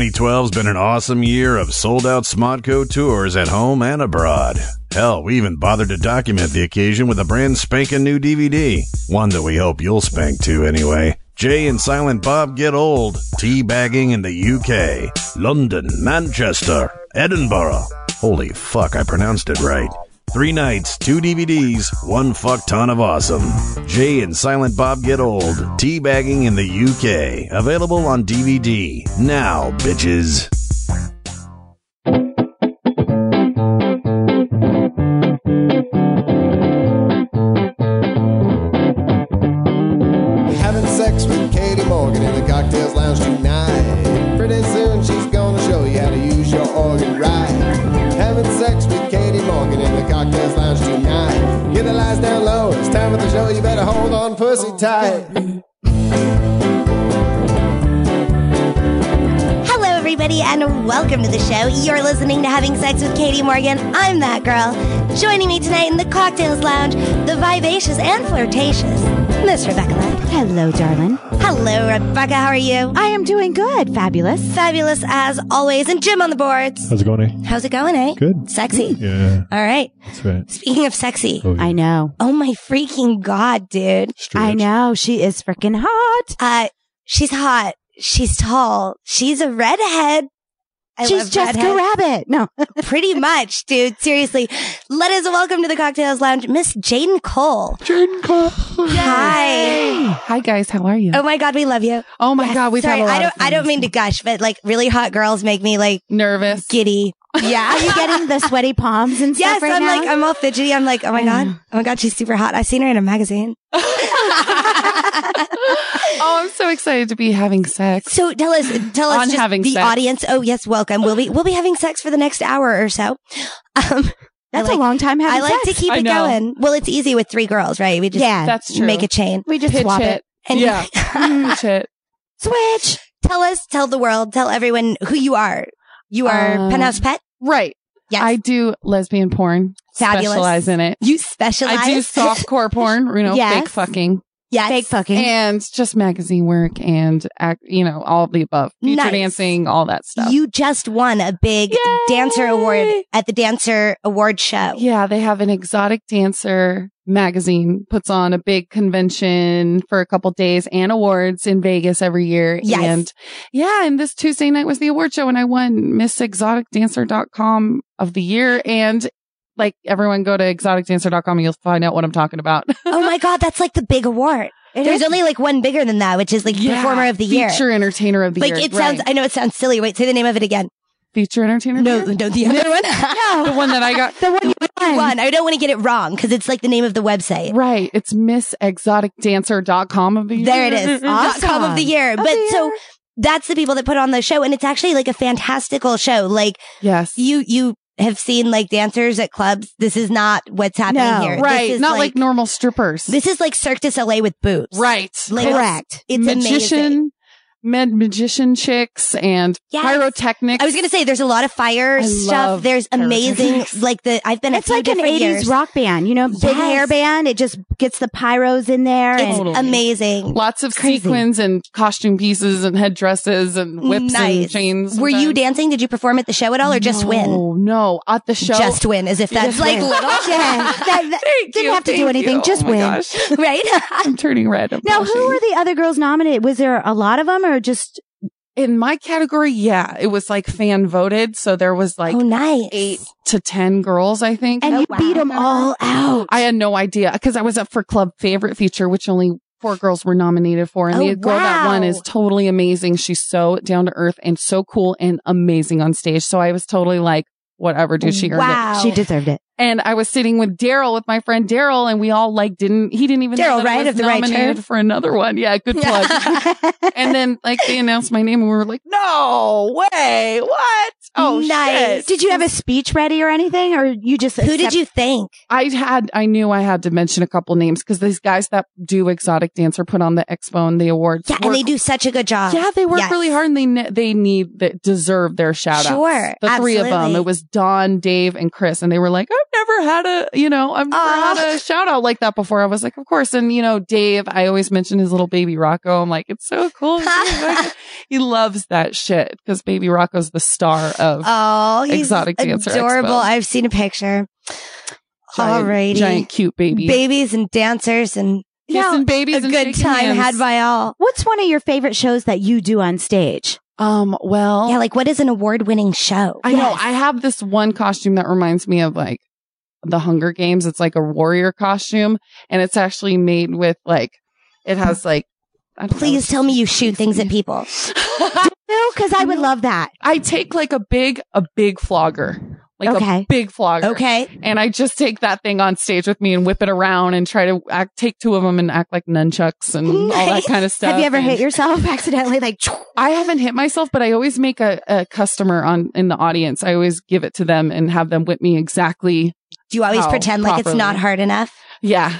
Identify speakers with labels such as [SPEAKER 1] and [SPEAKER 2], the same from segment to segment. [SPEAKER 1] 2012's been an awesome year of sold out Smodco tours at home and abroad. Hell, we even bothered to document the occasion with a brand spanking new DVD. One that we hope you'll spank to anyway. Jay and Silent Bob Get Old, Teabagging in the UK, London, Manchester, Edinburgh. Holy fuck, I pronounced it right. Three nights, two DVDs, one fuck ton of awesome. Jay and Silent Bob Get Old, Teabagging in the UK. Available on DVD. Now, bitches.
[SPEAKER 2] Having sex with Katie Morgan in the cocktails lounge tonight. Pretty soon she's gonna show you how to use your organ right. Having sex with Katie Morgan in the cocktails lounge tonight. Get the lights down low. It's time for the show. You better hold on, pussy tight.
[SPEAKER 3] Hello, everybody, and welcome to the show. You're listening to Having Sex with Katie Morgan. I'm that girl. Joining me tonight in the Cocktails Lounge, the vivacious and flirtatious Miss Rebecca Lett.
[SPEAKER 4] Hello, darling.
[SPEAKER 3] Hello, Rebecca. How are you?
[SPEAKER 4] I am doing good. Fabulous.
[SPEAKER 3] Fabulous as always, and Jim on the boards.
[SPEAKER 5] How's it going, eh?
[SPEAKER 3] How's it going, eh?
[SPEAKER 5] Good.
[SPEAKER 3] Sexy.
[SPEAKER 5] Yeah,
[SPEAKER 3] All right.
[SPEAKER 5] that's right.
[SPEAKER 3] Speaking of sexy,
[SPEAKER 5] Oh, yeah.
[SPEAKER 4] I know.
[SPEAKER 3] oh my freaking god, dude.
[SPEAKER 4] I
[SPEAKER 5] Stretch.
[SPEAKER 4] know. She is freaking hot.
[SPEAKER 3] Uh, she's hot. She's tall. She's a redhead. I
[SPEAKER 4] She's
[SPEAKER 3] love
[SPEAKER 4] Jessica
[SPEAKER 3] redheads.
[SPEAKER 4] Rabbit. No.
[SPEAKER 3] Pretty much, dude. Seriously. Let us welcome to the Cocktails Lounge, Miss Jaden Cole. Hi.
[SPEAKER 6] Hi guys, how are you?
[SPEAKER 3] Oh my God, we love you.
[SPEAKER 6] Oh my
[SPEAKER 3] Yes.
[SPEAKER 6] god, we've
[SPEAKER 3] Sorry,
[SPEAKER 6] had a lot
[SPEAKER 3] I don't,
[SPEAKER 6] of fun
[SPEAKER 3] I don't
[SPEAKER 6] this
[SPEAKER 3] mean to
[SPEAKER 6] morning.
[SPEAKER 3] gush, but like really hot girls make me like
[SPEAKER 6] nervous.
[SPEAKER 3] giddy.
[SPEAKER 4] Are
[SPEAKER 3] Yeah.
[SPEAKER 4] you getting the sweaty palms and
[SPEAKER 3] yes.
[SPEAKER 4] stuff right
[SPEAKER 3] I'm
[SPEAKER 4] now?
[SPEAKER 3] like, I'm all fidgety. I'm like, oh my
[SPEAKER 6] Mm.
[SPEAKER 3] God. Oh my God, she's super hot. I've seen her in a magazine.
[SPEAKER 6] oh, I'm so excited to be having sex.
[SPEAKER 3] So tell us, tell us
[SPEAKER 6] On
[SPEAKER 3] just
[SPEAKER 6] having
[SPEAKER 3] the
[SPEAKER 6] sex.
[SPEAKER 3] audience. Oh yes, welcome. We'll be, we'll be having sex for the next hour or so. Um,
[SPEAKER 4] That's
[SPEAKER 3] I like,
[SPEAKER 4] a long time
[SPEAKER 3] I
[SPEAKER 4] having
[SPEAKER 3] like to
[SPEAKER 4] sex.
[SPEAKER 3] keep
[SPEAKER 6] I
[SPEAKER 3] it
[SPEAKER 6] know.
[SPEAKER 3] going. Well, it's easy with three girls, right? We just
[SPEAKER 4] Yeah.
[SPEAKER 6] That's true.
[SPEAKER 3] make a chain.
[SPEAKER 4] we just
[SPEAKER 6] pitch
[SPEAKER 4] swap it.
[SPEAKER 6] it.
[SPEAKER 3] And
[SPEAKER 6] Yeah. Pitch it.
[SPEAKER 4] Switch.
[SPEAKER 3] tell us, tell the world, tell everyone who you are. You are
[SPEAKER 6] Um,
[SPEAKER 3] Penthouse Pet.
[SPEAKER 6] Right.
[SPEAKER 3] Yes.
[SPEAKER 6] I do lesbian porn.
[SPEAKER 3] Fabulous.
[SPEAKER 6] Specialize in it.
[SPEAKER 3] you specialize.
[SPEAKER 6] I do softcore porn, you know,
[SPEAKER 4] Yes.
[SPEAKER 6] fake fucking,
[SPEAKER 3] Yes.
[SPEAKER 4] Fake fucking.
[SPEAKER 6] and just magazine work and act, you know, all of the above. Feature
[SPEAKER 3] Nice.
[SPEAKER 6] dancing, all that stuff.
[SPEAKER 3] You just won a big
[SPEAKER 6] Yay!
[SPEAKER 3] dancer award at the Dancer Award Show.
[SPEAKER 6] Yeah, they have an exotic dancer magazine puts on a big convention for a couple days and awards in Vegas every year.
[SPEAKER 3] Yes.
[SPEAKER 6] And yeah, and this Tuesday night was the award show and I won Miss Exoticdancer.com of the year and like everyone go to exoticdancer.com and you'll find out what I'm talking about.
[SPEAKER 3] Oh my God, that's like the big award.
[SPEAKER 4] It
[SPEAKER 3] There's
[SPEAKER 4] is-
[SPEAKER 3] only like one bigger than that, which is like
[SPEAKER 6] Yeah,
[SPEAKER 3] Performer of the Year.
[SPEAKER 6] Feature entertainer of the
[SPEAKER 3] like
[SPEAKER 6] year.
[SPEAKER 3] it sounds,
[SPEAKER 6] right.
[SPEAKER 3] I know it sounds silly. Wait, say the name of it again.
[SPEAKER 6] feature entertainer. of the
[SPEAKER 3] No,
[SPEAKER 6] year?
[SPEAKER 3] no, the other one.
[SPEAKER 6] the one that I got.
[SPEAKER 4] the one you won.
[SPEAKER 3] one. I don't want to get it wrong because it's like the name of the website.
[SPEAKER 6] Right. It's MissExoticDancer.com of the year.
[SPEAKER 3] There it is. Dot
[SPEAKER 4] Awesome.
[SPEAKER 3] com of the year.
[SPEAKER 4] the
[SPEAKER 3] but so
[SPEAKER 4] year.
[SPEAKER 3] that's the people that put on the show. And it's actually like a fantastical show. Like
[SPEAKER 6] Yes.
[SPEAKER 3] you, you have seen like dancers at clubs. This is not what's happening
[SPEAKER 4] No.
[SPEAKER 3] here. This
[SPEAKER 6] right.
[SPEAKER 3] is
[SPEAKER 6] Not like, normal strippers.
[SPEAKER 3] This is like Cirque du Soleil with boobs.
[SPEAKER 6] right.
[SPEAKER 3] Like,
[SPEAKER 4] Correct.
[SPEAKER 3] It's
[SPEAKER 6] magician,
[SPEAKER 3] amazing.
[SPEAKER 6] med magician chicks and
[SPEAKER 3] Yes.
[SPEAKER 6] pyrotechnics.
[SPEAKER 3] I was going to say there's a lot of fire
[SPEAKER 6] I
[SPEAKER 3] stuff.
[SPEAKER 6] love
[SPEAKER 3] There's amazing,
[SPEAKER 6] pyrotechnics.
[SPEAKER 3] like the, I've been at
[SPEAKER 4] It's
[SPEAKER 3] few
[SPEAKER 4] like an
[SPEAKER 3] different
[SPEAKER 4] 80s
[SPEAKER 3] years.
[SPEAKER 4] rock band, you know, big
[SPEAKER 3] Yes.
[SPEAKER 4] hair band. It just gets the pyros in there.
[SPEAKER 3] It's
[SPEAKER 4] and
[SPEAKER 6] Totally.
[SPEAKER 3] amazing.
[SPEAKER 6] lots of
[SPEAKER 4] Crazy.
[SPEAKER 6] sequins and costume pieces and headdresses and whips and
[SPEAKER 3] Nice.
[SPEAKER 6] chains.
[SPEAKER 3] Were you
[SPEAKER 6] sometimes.
[SPEAKER 3] dancing? Did you perform at the show at all or just win?
[SPEAKER 6] No, no, at the show.
[SPEAKER 3] Just win, as if that's
[SPEAKER 6] Just
[SPEAKER 3] like
[SPEAKER 6] win.
[SPEAKER 3] little.
[SPEAKER 4] yeah, that- that-
[SPEAKER 6] Thank
[SPEAKER 4] Didn't
[SPEAKER 6] you,
[SPEAKER 4] have to do
[SPEAKER 6] thank
[SPEAKER 4] anything,
[SPEAKER 6] you.
[SPEAKER 4] just
[SPEAKER 6] oh my
[SPEAKER 4] win.
[SPEAKER 6] gosh.
[SPEAKER 3] right?
[SPEAKER 6] I'm turning red. I'm
[SPEAKER 4] now, who
[SPEAKER 6] blushing.
[SPEAKER 4] were the other girls nominated? Was there a lot of them or just
[SPEAKER 6] in my category? Yeah, it was like fan voted, so there was like
[SPEAKER 3] oh, nice.
[SPEAKER 6] eight to ten girls, I think.
[SPEAKER 4] and
[SPEAKER 3] Oh,
[SPEAKER 4] you
[SPEAKER 3] wow.
[SPEAKER 4] beat them all out.
[SPEAKER 6] I had no idea because I was up for club favorite feature, which only four girls were nominated for. And
[SPEAKER 3] Oh,
[SPEAKER 6] the girl that won
[SPEAKER 3] wow.
[SPEAKER 6] is totally amazing. She's so down to earth and so cool and amazing on stage. So I was totally like, whatever, dude, she earned it.
[SPEAKER 3] wow.
[SPEAKER 4] she deserved it.
[SPEAKER 6] And I was sitting with Daryl, with my friend Daryl, and we all like didn't, he didn't even
[SPEAKER 3] Daryl,
[SPEAKER 6] know that I
[SPEAKER 3] right?
[SPEAKER 6] was
[SPEAKER 3] Of the right
[SPEAKER 6] nominated
[SPEAKER 3] turn.
[SPEAKER 6] for another one. Yeah, good plug. and then like they announced my name and we were like, no way, what? Oh,
[SPEAKER 3] Nice.
[SPEAKER 6] nice.
[SPEAKER 4] Did you have a speech ready or anything, or you just
[SPEAKER 3] Who did
[SPEAKER 4] accept-
[SPEAKER 3] you think?
[SPEAKER 6] I had, I knew I had to mention a couple names because these guys that do Exotic Dancer put on the expo and the awards.
[SPEAKER 3] Yeah, and
[SPEAKER 6] work-
[SPEAKER 3] they do such a good job.
[SPEAKER 6] Yeah, they work
[SPEAKER 3] Yes.
[SPEAKER 6] really hard and they ne- they need that deserve their shout out.
[SPEAKER 3] Sure,
[SPEAKER 6] the three of them.
[SPEAKER 3] absolutely.
[SPEAKER 6] It was Don, Dave, and Chris, and they were like, "I've never had a you know, I've never
[SPEAKER 3] Aw.
[SPEAKER 6] had a shout out like that before." I was like, "Of course." And you know, Dave, I always mention his little baby Rocco. I'm like, "It's so cool." he loves that shit because baby Rocco's the star of
[SPEAKER 3] Oh, he's
[SPEAKER 6] Exotic Dancer
[SPEAKER 3] adorable.
[SPEAKER 6] Expo.
[SPEAKER 3] I've seen a picture.
[SPEAKER 6] giant,
[SPEAKER 3] Alrighty.
[SPEAKER 6] giant cute baby.
[SPEAKER 3] Babies and dancers and
[SPEAKER 6] Kissing
[SPEAKER 4] No,
[SPEAKER 6] babies
[SPEAKER 3] a
[SPEAKER 6] and
[SPEAKER 3] good
[SPEAKER 6] shaking
[SPEAKER 3] time
[SPEAKER 6] hands.
[SPEAKER 3] had by all.
[SPEAKER 4] What's one of your favorite shows that you do on stage?
[SPEAKER 6] um well
[SPEAKER 3] Yeah, like what is an award-winning show?
[SPEAKER 6] I know. I have this one costume that reminds me of like the Hunger Games. It's like a warrior costume, and it's actually made with like it
[SPEAKER 4] Hmm.
[SPEAKER 6] has like. I don't know.
[SPEAKER 3] Please tell me you shoot things at people.
[SPEAKER 4] No, because I would
[SPEAKER 6] No.
[SPEAKER 4] love that.
[SPEAKER 6] I take like a big a big flogger, like
[SPEAKER 4] Okay.
[SPEAKER 6] a big flogger.
[SPEAKER 3] Okay.
[SPEAKER 6] And I just take that thing on stage with me and whip it around and try to act, take two of them and act like nunchucks and all that
[SPEAKER 3] Nice.
[SPEAKER 6] kind of stuff.
[SPEAKER 4] Have you ever
[SPEAKER 6] and-
[SPEAKER 4] hit yourself accidentally? Like,
[SPEAKER 6] I haven't hit myself, but I always make a, a customer on in the audience. I always give it to them and have them whip me exactly.
[SPEAKER 3] Do you always
[SPEAKER 6] How
[SPEAKER 3] pretend like it's not
[SPEAKER 6] properly?
[SPEAKER 3] hard enough?
[SPEAKER 6] Yeah.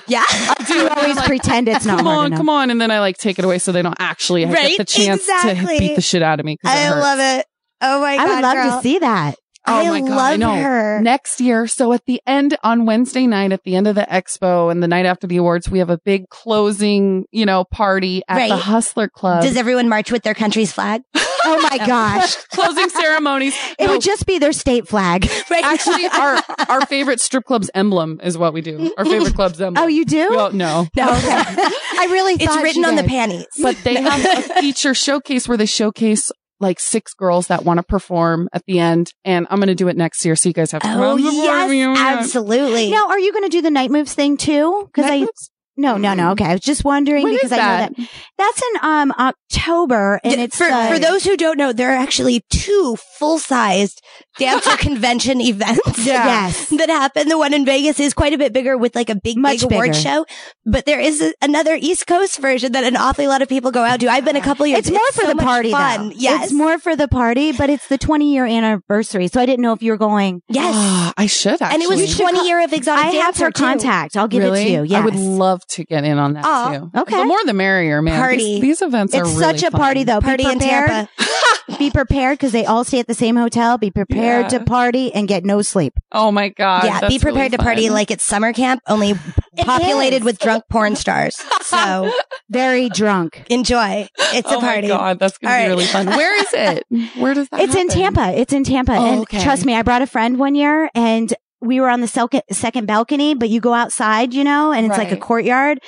[SPEAKER 3] Yeah.
[SPEAKER 4] you always
[SPEAKER 6] like,
[SPEAKER 4] pretend it's not
[SPEAKER 6] come
[SPEAKER 4] hard
[SPEAKER 6] on,
[SPEAKER 4] enough.
[SPEAKER 6] come on, and then I like take it away so they don't actually
[SPEAKER 3] Right?
[SPEAKER 6] get the chance
[SPEAKER 3] Exactly.
[SPEAKER 6] to beat the shit out of me. 'cause
[SPEAKER 3] I
[SPEAKER 6] hurts.
[SPEAKER 3] love it. Oh my god.
[SPEAKER 4] I would love
[SPEAKER 3] girl.
[SPEAKER 4] to see that.
[SPEAKER 6] Oh
[SPEAKER 3] I
[SPEAKER 6] my God, I
[SPEAKER 3] love
[SPEAKER 6] know.
[SPEAKER 3] her.
[SPEAKER 6] Next year, so at the end on Wednesday night, at the end of the expo and the night after the awards, we have a big closing, you know, party at the
[SPEAKER 3] Right.
[SPEAKER 6] Hustler Club.
[SPEAKER 3] Does everyone march with their country's flag?
[SPEAKER 4] Oh my gosh.
[SPEAKER 6] closing ceremonies.
[SPEAKER 4] It
[SPEAKER 6] No,
[SPEAKER 4] would just be their state flag.
[SPEAKER 3] Right.
[SPEAKER 6] actually our our favorite strip club's emblem is what we do. Our favorite club's emblem.
[SPEAKER 4] Oh, you do?
[SPEAKER 6] Well, no.
[SPEAKER 3] no.
[SPEAKER 4] I really
[SPEAKER 3] it's
[SPEAKER 4] thought
[SPEAKER 3] written
[SPEAKER 4] you
[SPEAKER 3] on the
[SPEAKER 4] did.
[SPEAKER 3] panties.
[SPEAKER 6] but they have a feature showcase where they showcase like six girls that want to perform at the end. And I'm going to do it next year. So you guys have to come
[SPEAKER 3] Oh
[SPEAKER 6] out and perform.
[SPEAKER 3] yes, absolutely.
[SPEAKER 4] Now, are you going to do the night moves thing too? Because I no, no, no. Okay, I was just wondering
[SPEAKER 6] When
[SPEAKER 4] because
[SPEAKER 6] is
[SPEAKER 4] I know
[SPEAKER 6] that?
[SPEAKER 4] that that's in um October, and
[SPEAKER 3] D-
[SPEAKER 4] it's
[SPEAKER 3] for,
[SPEAKER 4] uh,
[SPEAKER 3] for those who don't know, there are actually two full-sized dancer convention events.
[SPEAKER 6] Yeah.
[SPEAKER 4] Yes.
[SPEAKER 3] That happen. The one in Vegas is quite a bit bigger with like a big,
[SPEAKER 4] Much
[SPEAKER 3] big award
[SPEAKER 4] bigger.
[SPEAKER 3] show. But there is a, another East Coast version that an awfully lot of people go out to. I've been a couple years.
[SPEAKER 4] It's more for
[SPEAKER 3] so
[SPEAKER 4] the
[SPEAKER 3] much
[SPEAKER 4] party,
[SPEAKER 3] Fun.
[SPEAKER 4] though.
[SPEAKER 3] Yes.
[SPEAKER 4] It's more for the party, but it's the 20 year anniversary. So I didn't know if you were going.
[SPEAKER 3] yes.
[SPEAKER 6] Ah, I should
[SPEAKER 3] and
[SPEAKER 6] actually.
[SPEAKER 3] it was 20 year of exotic
[SPEAKER 4] I have
[SPEAKER 3] dancer
[SPEAKER 4] her
[SPEAKER 3] too.
[SPEAKER 4] contact. I'll give
[SPEAKER 6] really.
[SPEAKER 4] it to you. Yes.
[SPEAKER 6] I would love to get in on that
[SPEAKER 3] Aw,
[SPEAKER 6] too.
[SPEAKER 4] okay.
[SPEAKER 6] The more the merrier, man.
[SPEAKER 3] Party.
[SPEAKER 6] These, these events are
[SPEAKER 4] it's
[SPEAKER 6] really
[SPEAKER 4] such a
[SPEAKER 6] fun.
[SPEAKER 4] party though.
[SPEAKER 3] Party
[SPEAKER 4] be
[SPEAKER 3] in
[SPEAKER 4] prepared.
[SPEAKER 3] Tampa.
[SPEAKER 4] Be prepared because they all stay at the same hotel. Be prepared
[SPEAKER 6] Yeah.
[SPEAKER 4] to party and get no sleep.
[SPEAKER 6] Oh my god.
[SPEAKER 3] yeah,
[SPEAKER 6] that's
[SPEAKER 3] be prepared
[SPEAKER 6] really
[SPEAKER 3] to party
[SPEAKER 6] fun.
[SPEAKER 3] like it's summer camp, only populated
[SPEAKER 4] is.
[SPEAKER 3] with drunk porn stars. So
[SPEAKER 4] Very drunk.
[SPEAKER 3] enjoy. It's
[SPEAKER 6] oh
[SPEAKER 3] a party.
[SPEAKER 6] my god, that's gonna
[SPEAKER 3] All
[SPEAKER 6] be
[SPEAKER 3] right.
[SPEAKER 6] really fun. Where is it? Where does that?
[SPEAKER 4] It's in
[SPEAKER 6] happen?
[SPEAKER 4] Tampa. It's in Tampa.
[SPEAKER 6] Oh,
[SPEAKER 4] and
[SPEAKER 6] okay.
[SPEAKER 4] trust me, I brought a friend one year and we were on the selca- second balcony, but you go outside, you know, and it's like
[SPEAKER 6] Right.
[SPEAKER 4] a courtyard.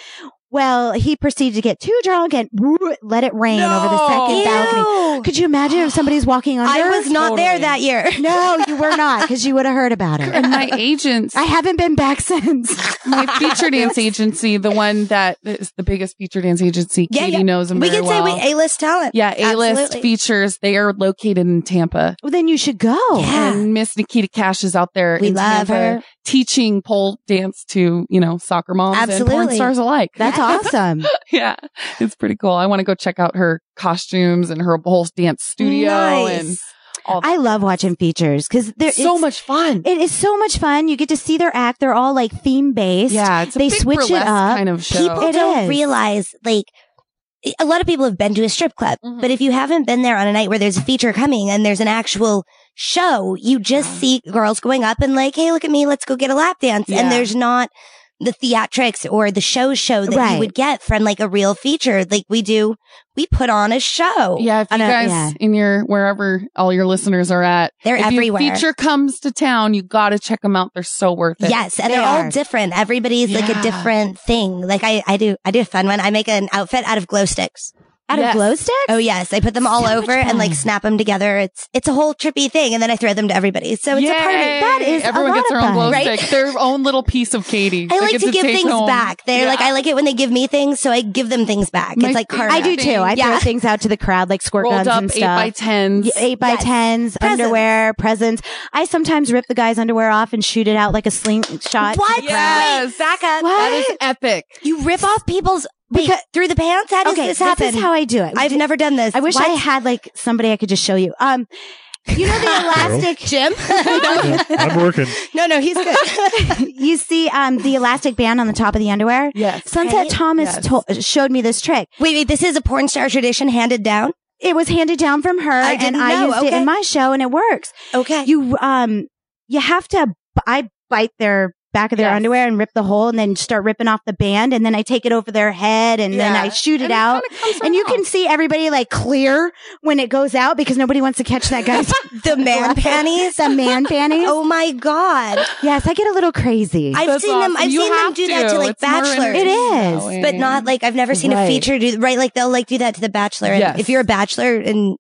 [SPEAKER 4] Well, he proceeded to get too drunk and let it rain over the second
[SPEAKER 6] No.
[SPEAKER 4] balcony.
[SPEAKER 3] Ew.
[SPEAKER 4] Could you imagine if somebody's walking under?
[SPEAKER 3] I was not there
[SPEAKER 6] Totally.
[SPEAKER 3] that year.
[SPEAKER 4] No, you were not because you would have heard about it.
[SPEAKER 6] And my agents.
[SPEAKER 4] I haven't been back since.
[SPEAKER 6] my feature dance agency, the one that is the biggest feature dance agency,
[SPEAKER 3] Yeah,
[SPEAKER 6] Katie
[SPEAKER 3] yeah.
[SPEAKER 6] knows them
[SPEAKER 3] We
[SPEAKER 6] very
[SPEAKER 3] can say
[SPEAKER 6] well.
[SPEAKER 3] we A-list talent.
[SPEAKER 6] yeah, A-list
[SPEAKER 3] Absolutely.
[SPEAKER 6] features. They are located in Tampa.
[SPEAKER 4] well, then you should go.
[SPEAKER 3] Yeah.
[SPEAKER 6] And Miss Nikita Cash is out there.
[SPEAKER 3] We
[SPEAKER 6] in
[SPEAKER 3] love
[SPEAKER 6] Tampa
[SPEAKER 3] her.
[SPEAKER 6] Teaching pole dance to, you know, soccer moms and porn
[SPEAKER 3] Absolutely.
[SPEAKER 6] stars alike.
[SPEAKER 4] That's awesome.
[SPEAKER 6] yeah. It's pretty cool. I want to go check out her costumes and her whole dance studio
[SPEAKER 3] Nice.
[SPEAKER 6] and all that.
[SPEAKER 4] I love watching features because there's
[SPEAKER 6] so much fun.
[SPEAKER 4] It is so much fun. You get to see their act. They're all like theme based.
[SPEAKER 6] yeah. It's a
[SPEAKER 4] they
[SPEAKER 6] big
[SPEAKER 4] switch it
[SPEAKER 6] burlesque
[SPEAKER 4] up.
[SPEAKER 6] kind of show.
[SPEAKER 3] People
[SPEAKER 4] It
[SPEAKER 3] don't
[SPEAKER 4] is.
[SPEAKER 3] realize, like, a lot of people have been to a strip club,
[SPEAKER 6] Mhm.
[SPEAKER 3] but if you haven't been there on a night where there's a feature coming and there's an actual show, you just
[SPEAKER 6] Yeah.
[SPEAKER 3] see girls going up and like, hey, look at me, let's go get a lap dance.
[SPEAKER 6] Yeah.
[SPEAKER 3] And there's not the theatrics or the show show that
[SPEAKER 4] Right.
[SPEAKER 3] you would get from like a real feature. Like we do, we put on a show.
[SPEAKER 6] Yeah, if you
[SPEAKER 4] I know-
[SPEAKER 6] guys
[SPEAKER 4] yeah.
[SPEAKER 6] in your wherever all your listeners are at,
[SPEAKER 3] They're
[SPEAKER 6] if your
[SPEAKER 3] everywhere.
[SPEAKER 6] feature comes to town, you got to check them out. They're so worth it.
[SPEAKER 3] Yes, and
[SPEAKER 4] They
[SPEAKER 3] they are all
[SPEAKER 4] are.
[SPEAKER 3] different. Everybody's like a
[SPEAKER 6] Yeah.
[SPEAKER 3] different thing. Like I, I do, I do a fun one. I make an outfit out of glow sticks.
[SPEAKER 4] Out of
[SPEAKER 6] Yes.
[SPEAKER 4] glow sticks?
[SPEAKER 3] Oh yes, I put them all
[SPEAKER 4] So much
[SPEAKER 3] over and like
[SPEAKER 4] fun.
[SPEAKER 3] snap them together. It's it's a whole trippy thing, and then I throw them to everybody. So it's a party.
[SPEAKER 6] Yay!
[SPEAKER 4] That is a
[SPEAKER 6] everyone
[SPEAKER 4] lot
[SPEAKER 6] gets
[SPEAKER 4] of
[SPEAKER 6] their own
[SPEAKER 4] fun.
[SPEAKER 6] glow
[SPEAKER 3] Right?
[SPEAKER 6] stick, their own little piece of Katie.
[SPEAKER 3] I
[SPEAKER 6] They
[SPEAKER 3] like
[SPEAKER 6] get
[SPEAKER 3] to give
[SPEAKER 6] take
[SPEAKER 3] things
[SPEAKER 6] home.
[SPEAKER 3] back. They're
[SPEAKER 6] Yeah.
[SPEAKER 3] like I like it when they give me things, so I give them things back.
[SPEAKER 6] My
[SPEAKER 3] it's like
[SPEAKER 6] favorite
[SPEAKER 3] karma.
[SPEAKER 4] I do too. I
[SPEAKER 3] Yeah.
[SPEAKER 4] throw things out to the crowd like squirt
[SPEAKER 6] rolled
[SPEAKER 4] guns
[SPEAKER 6] up
[SPEAKER 4] and
[SPEAKER 6] eight by
[SPEAKER 4] stuff.
[SPEAKER 6] tens.
[SPEAKER 4] Yeah, Eight by
[SPEAKER 3] Yes.
[SPEAKER 4] tens,
[SPEAKER 3] Presents.
[SPEAKER 4] underwear, presents. I sometimes rip the guy's underwear off and shoot it out like a slingshot.
[SPEAKER 3] What?
[SPEAKER 6] Yes.
[SPEAKER 3] Wait, back up.
[SPEAKER 4] What?
[SPEAKER 6] That is epic.
[SPEAKER 3] You rip off people's wait,
[SPEAKER 4] Because-
[SPEAKER 3] through the pants. How does
[SPEAKER 4] Okay,
[SPEAKER 3] this happen?
[SPEAKER 4] is how I do it.
[SPEAKER 3] I've never done this.
[SPEAKER 4] I wish I
[SPEAKER 3] What?
[SPEAKER 4] had like somebody I could just show you. Um, You know the elastic
[SPEAKER 5] Jim?
[SPEAKER 7] Yeah, I'm working.
[SPEAKER 5] no, no, he's good.
[SPEAKER 4] you see um, the elastic band on the top of the underwear?
[SPEAKER 6] Yes.
[SPEAKER 4] Sunset
[SPEAKER 3] Right?
[SPEAKER 4] Thomas
[SPEAKER 6] Yes.
[SPEAKER 4] told, showed me this trick.
[SPEAKER 3] Wait, wait, this is a porn star tradition handed down?
[SPEAKER 4] It was handed down from her,
[SPEAKER 3] I
[SPEAKER 4] and
[SPEAKER 3] didn't
[SPEAKER 4] I
[SPEAKER 3] know.
[SPEAKER 4] used it
[SPEAKER 3] Okay.
[SPEAKER 4] in my show, and it works.
[SPEAKER 3] Okay.
[SPEAKER 4] You um, you have to. b- I bite their back of their
[SPEAKER 6] Yes.
[SPEAKER 4] underwear and rip the hole, and then start ripping off the band, and then I take it over their head, and then
[SPEAKER 6] Yeah.
[SPEAKER 4] I shoot it
[SPEAKER 6] And
[SPEAKER 4] out.
[SPEAKER 6] kinda comes
[SPEAKER 4] and you
[SPEAKER 6] around.
[SPEAKER 4] can see everybody like clear when it goes out because nobody wants to catch that guy's
[SPEAKER 3] the man panties?
[SPEAKER 4] the man panties.
[SPEAKER 3] Oh my god.
[SPEAKER 4] Yes, I get a little crazy.
[SPEAKER 3] I've
[SPEAKER 6] That's
[SPEAKER 3] seen them I've
[SPEAKER 6] awesome. You
[SPEAKER 3] seen them
[SPEAKER 6] have
[SPEAKER 3] do that to like
[SPEAKER 6] It's more
[SPEAKER 3] bachelors.
[SPEAKER 4] It
[SPEAKER 6] entertaining,
[SPEAKER 4] is,
[SPEAKER 6] though,
[SPEAKER 3] But
[SPEAKER 6] and-
[SPEAKER 3] not like I've never seen a
[SPEAKER 4] Mm-hmm. Right.
[SPEAKER 3] feature do right like they'll like do that to the bachelor. And
[SPEAKER 6] Yes.
[SPEAKER 3] If you're a bachelor and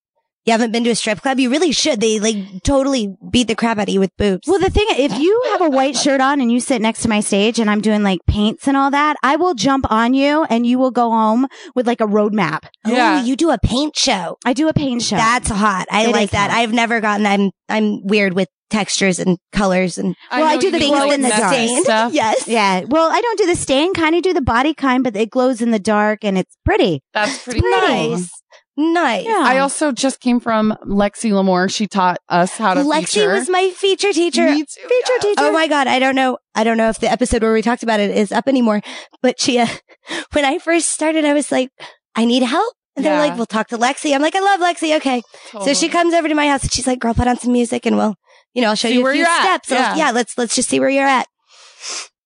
[SPEAKER 3] you haven't been to a strip club, you really should. They like totally beat the crap out of you with boobs.
[SPEAKER 4] Well, the thing, if you have a white shirt on and you sit next to my stage and I'm doing like paints and all that, I will jump on you and you will go home with like a roadmap.
[SPEAKER 6] Yeah.
[SPEAKER 3] Oh, you do a paint show.
[SPEAKER 4] I do a paint show.
[SPEAKER 3] That's hot. I
[SPEAKER 4] It
[SPEAKER 3] like
[SPEAKER 4] is
[SPEAKER 3] that.
[SPEAKER 4] hot.
[SPEAKER 3] I've never gotten. I'm I'm weird with textures and colors and
[SPEAKER 4] Well, I
[SPEAKER 6] know
[SPEAKER 4] do
[SPEAKER 6] you
[SPEAKER 4] the
[SPEAKER 6] mean,
[SPEAKER 4] glow
[SPEAKER 6] like,
[SPEAKER 4] in the
[SPEAKER 6] messy
[SPEAKER 4] dark.
[SPEAKER 3] stain.
[SPEAKER 6] Stuff.
[SPEAKER 3] Yes.
[SPEAKER 4] yeah. Well, I don't do the stain kind. I do the body kind, but it glows in the dark and it's pretty.
[SPEAKER 6] That's pretty cool.
[SPEAKER 3] Nice. Nice.
[SPEAKER 4] Yeah.
[SPEAKER 6] I also just came from Lexi Lamore. She taught us how to
[SPEAKER 3] Lexi
[SPEAKER 6] feature.
[SPEAKER 3] was my feature teacher.
[SPEAKER 6] Me too,
[SPEAKER 4] Feature
[SPEAKER 6] yes.
[SPEAKER 4] teacher.
[SPEAKER 3] Oh my god, I don't know. I don't know if the episode where we talked about it is up anymore. But she, uh, when I first started, I was like, I need help. And they're
[SPEAKER 6] Yeah.
[SPEAKER 3] like, we'll talk to Lexi. I'm like, I love Lexi. Okay. So she
[SPEAKER 6] Totally.
[SPEAKER 3] comes over to my house and she's like, girl, put on some music and we'll, you know, I'll show
[SPEAKER 6] See
[SPEAKER 3] you
[SPEAKER 6] where
[SPEAKER 3] a few
[SPEAKER 6] you're at.
[SPEAKER 3] steps. I'll-
[SPEAKER 6] Yeah.
[SPEAKER 3] yeah. Let's, let's just see where you're at.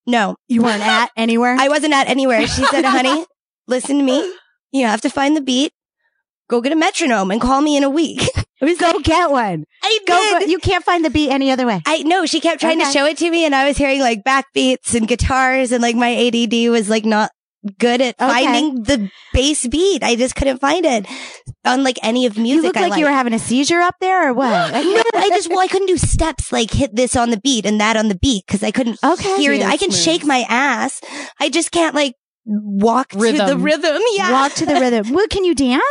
[SPEAKER 3] No,
[SPEAKER 4] You weren't at anywhere.
[SPEAKER 3] I wasn't at anywhere. She said, honey, listen to me. You have to find the beat. Go get a metronome and call me in a week.
[SPEAKER 4] go get one.
[SPEAKER 3] I
[SPEAKER 4] Go,
[SPEAKER 3] did.
[SPEAKER 4] go. You can't find the beat any other way.
[SPEAKER 3] I no, she kept trying to
[SPEAKER 4] Okay.
[SPEAKER 3] show it to me, and I was hearing like backbeats and guitars, and like my ADD was like not good at
[SPEAKER 4] Okay.
[SPEAKER 3] finding the bass beat. I just couldn't find it on like any of music.
[SPEAKER 4] you look
[SPEAKER 3] I
[SPEAKER 4] like, you were having a seizure up there or what? I
[SPEAKER 3] no,
[SPEAKER 4] can't-
[SPEAKER 3] I just well, I couldn't do steps like hit this on the beat and that on the beat because I couldn't
[SPEAKER 4] Okay.
[SPEAKER 3] hear. The,
[SPEAKER 6] Dance
[SPEAKER 3] I can
[SPEAKER 6] moves.
[SPEAKER 3] shake my ass. I just can't like walk to the
[SPEAKER 6] Rhythm.
[SPEAKER 3] rhythm. Yeah,
[SPEAKER 4] Walk to the rhythm. Well, can you dance?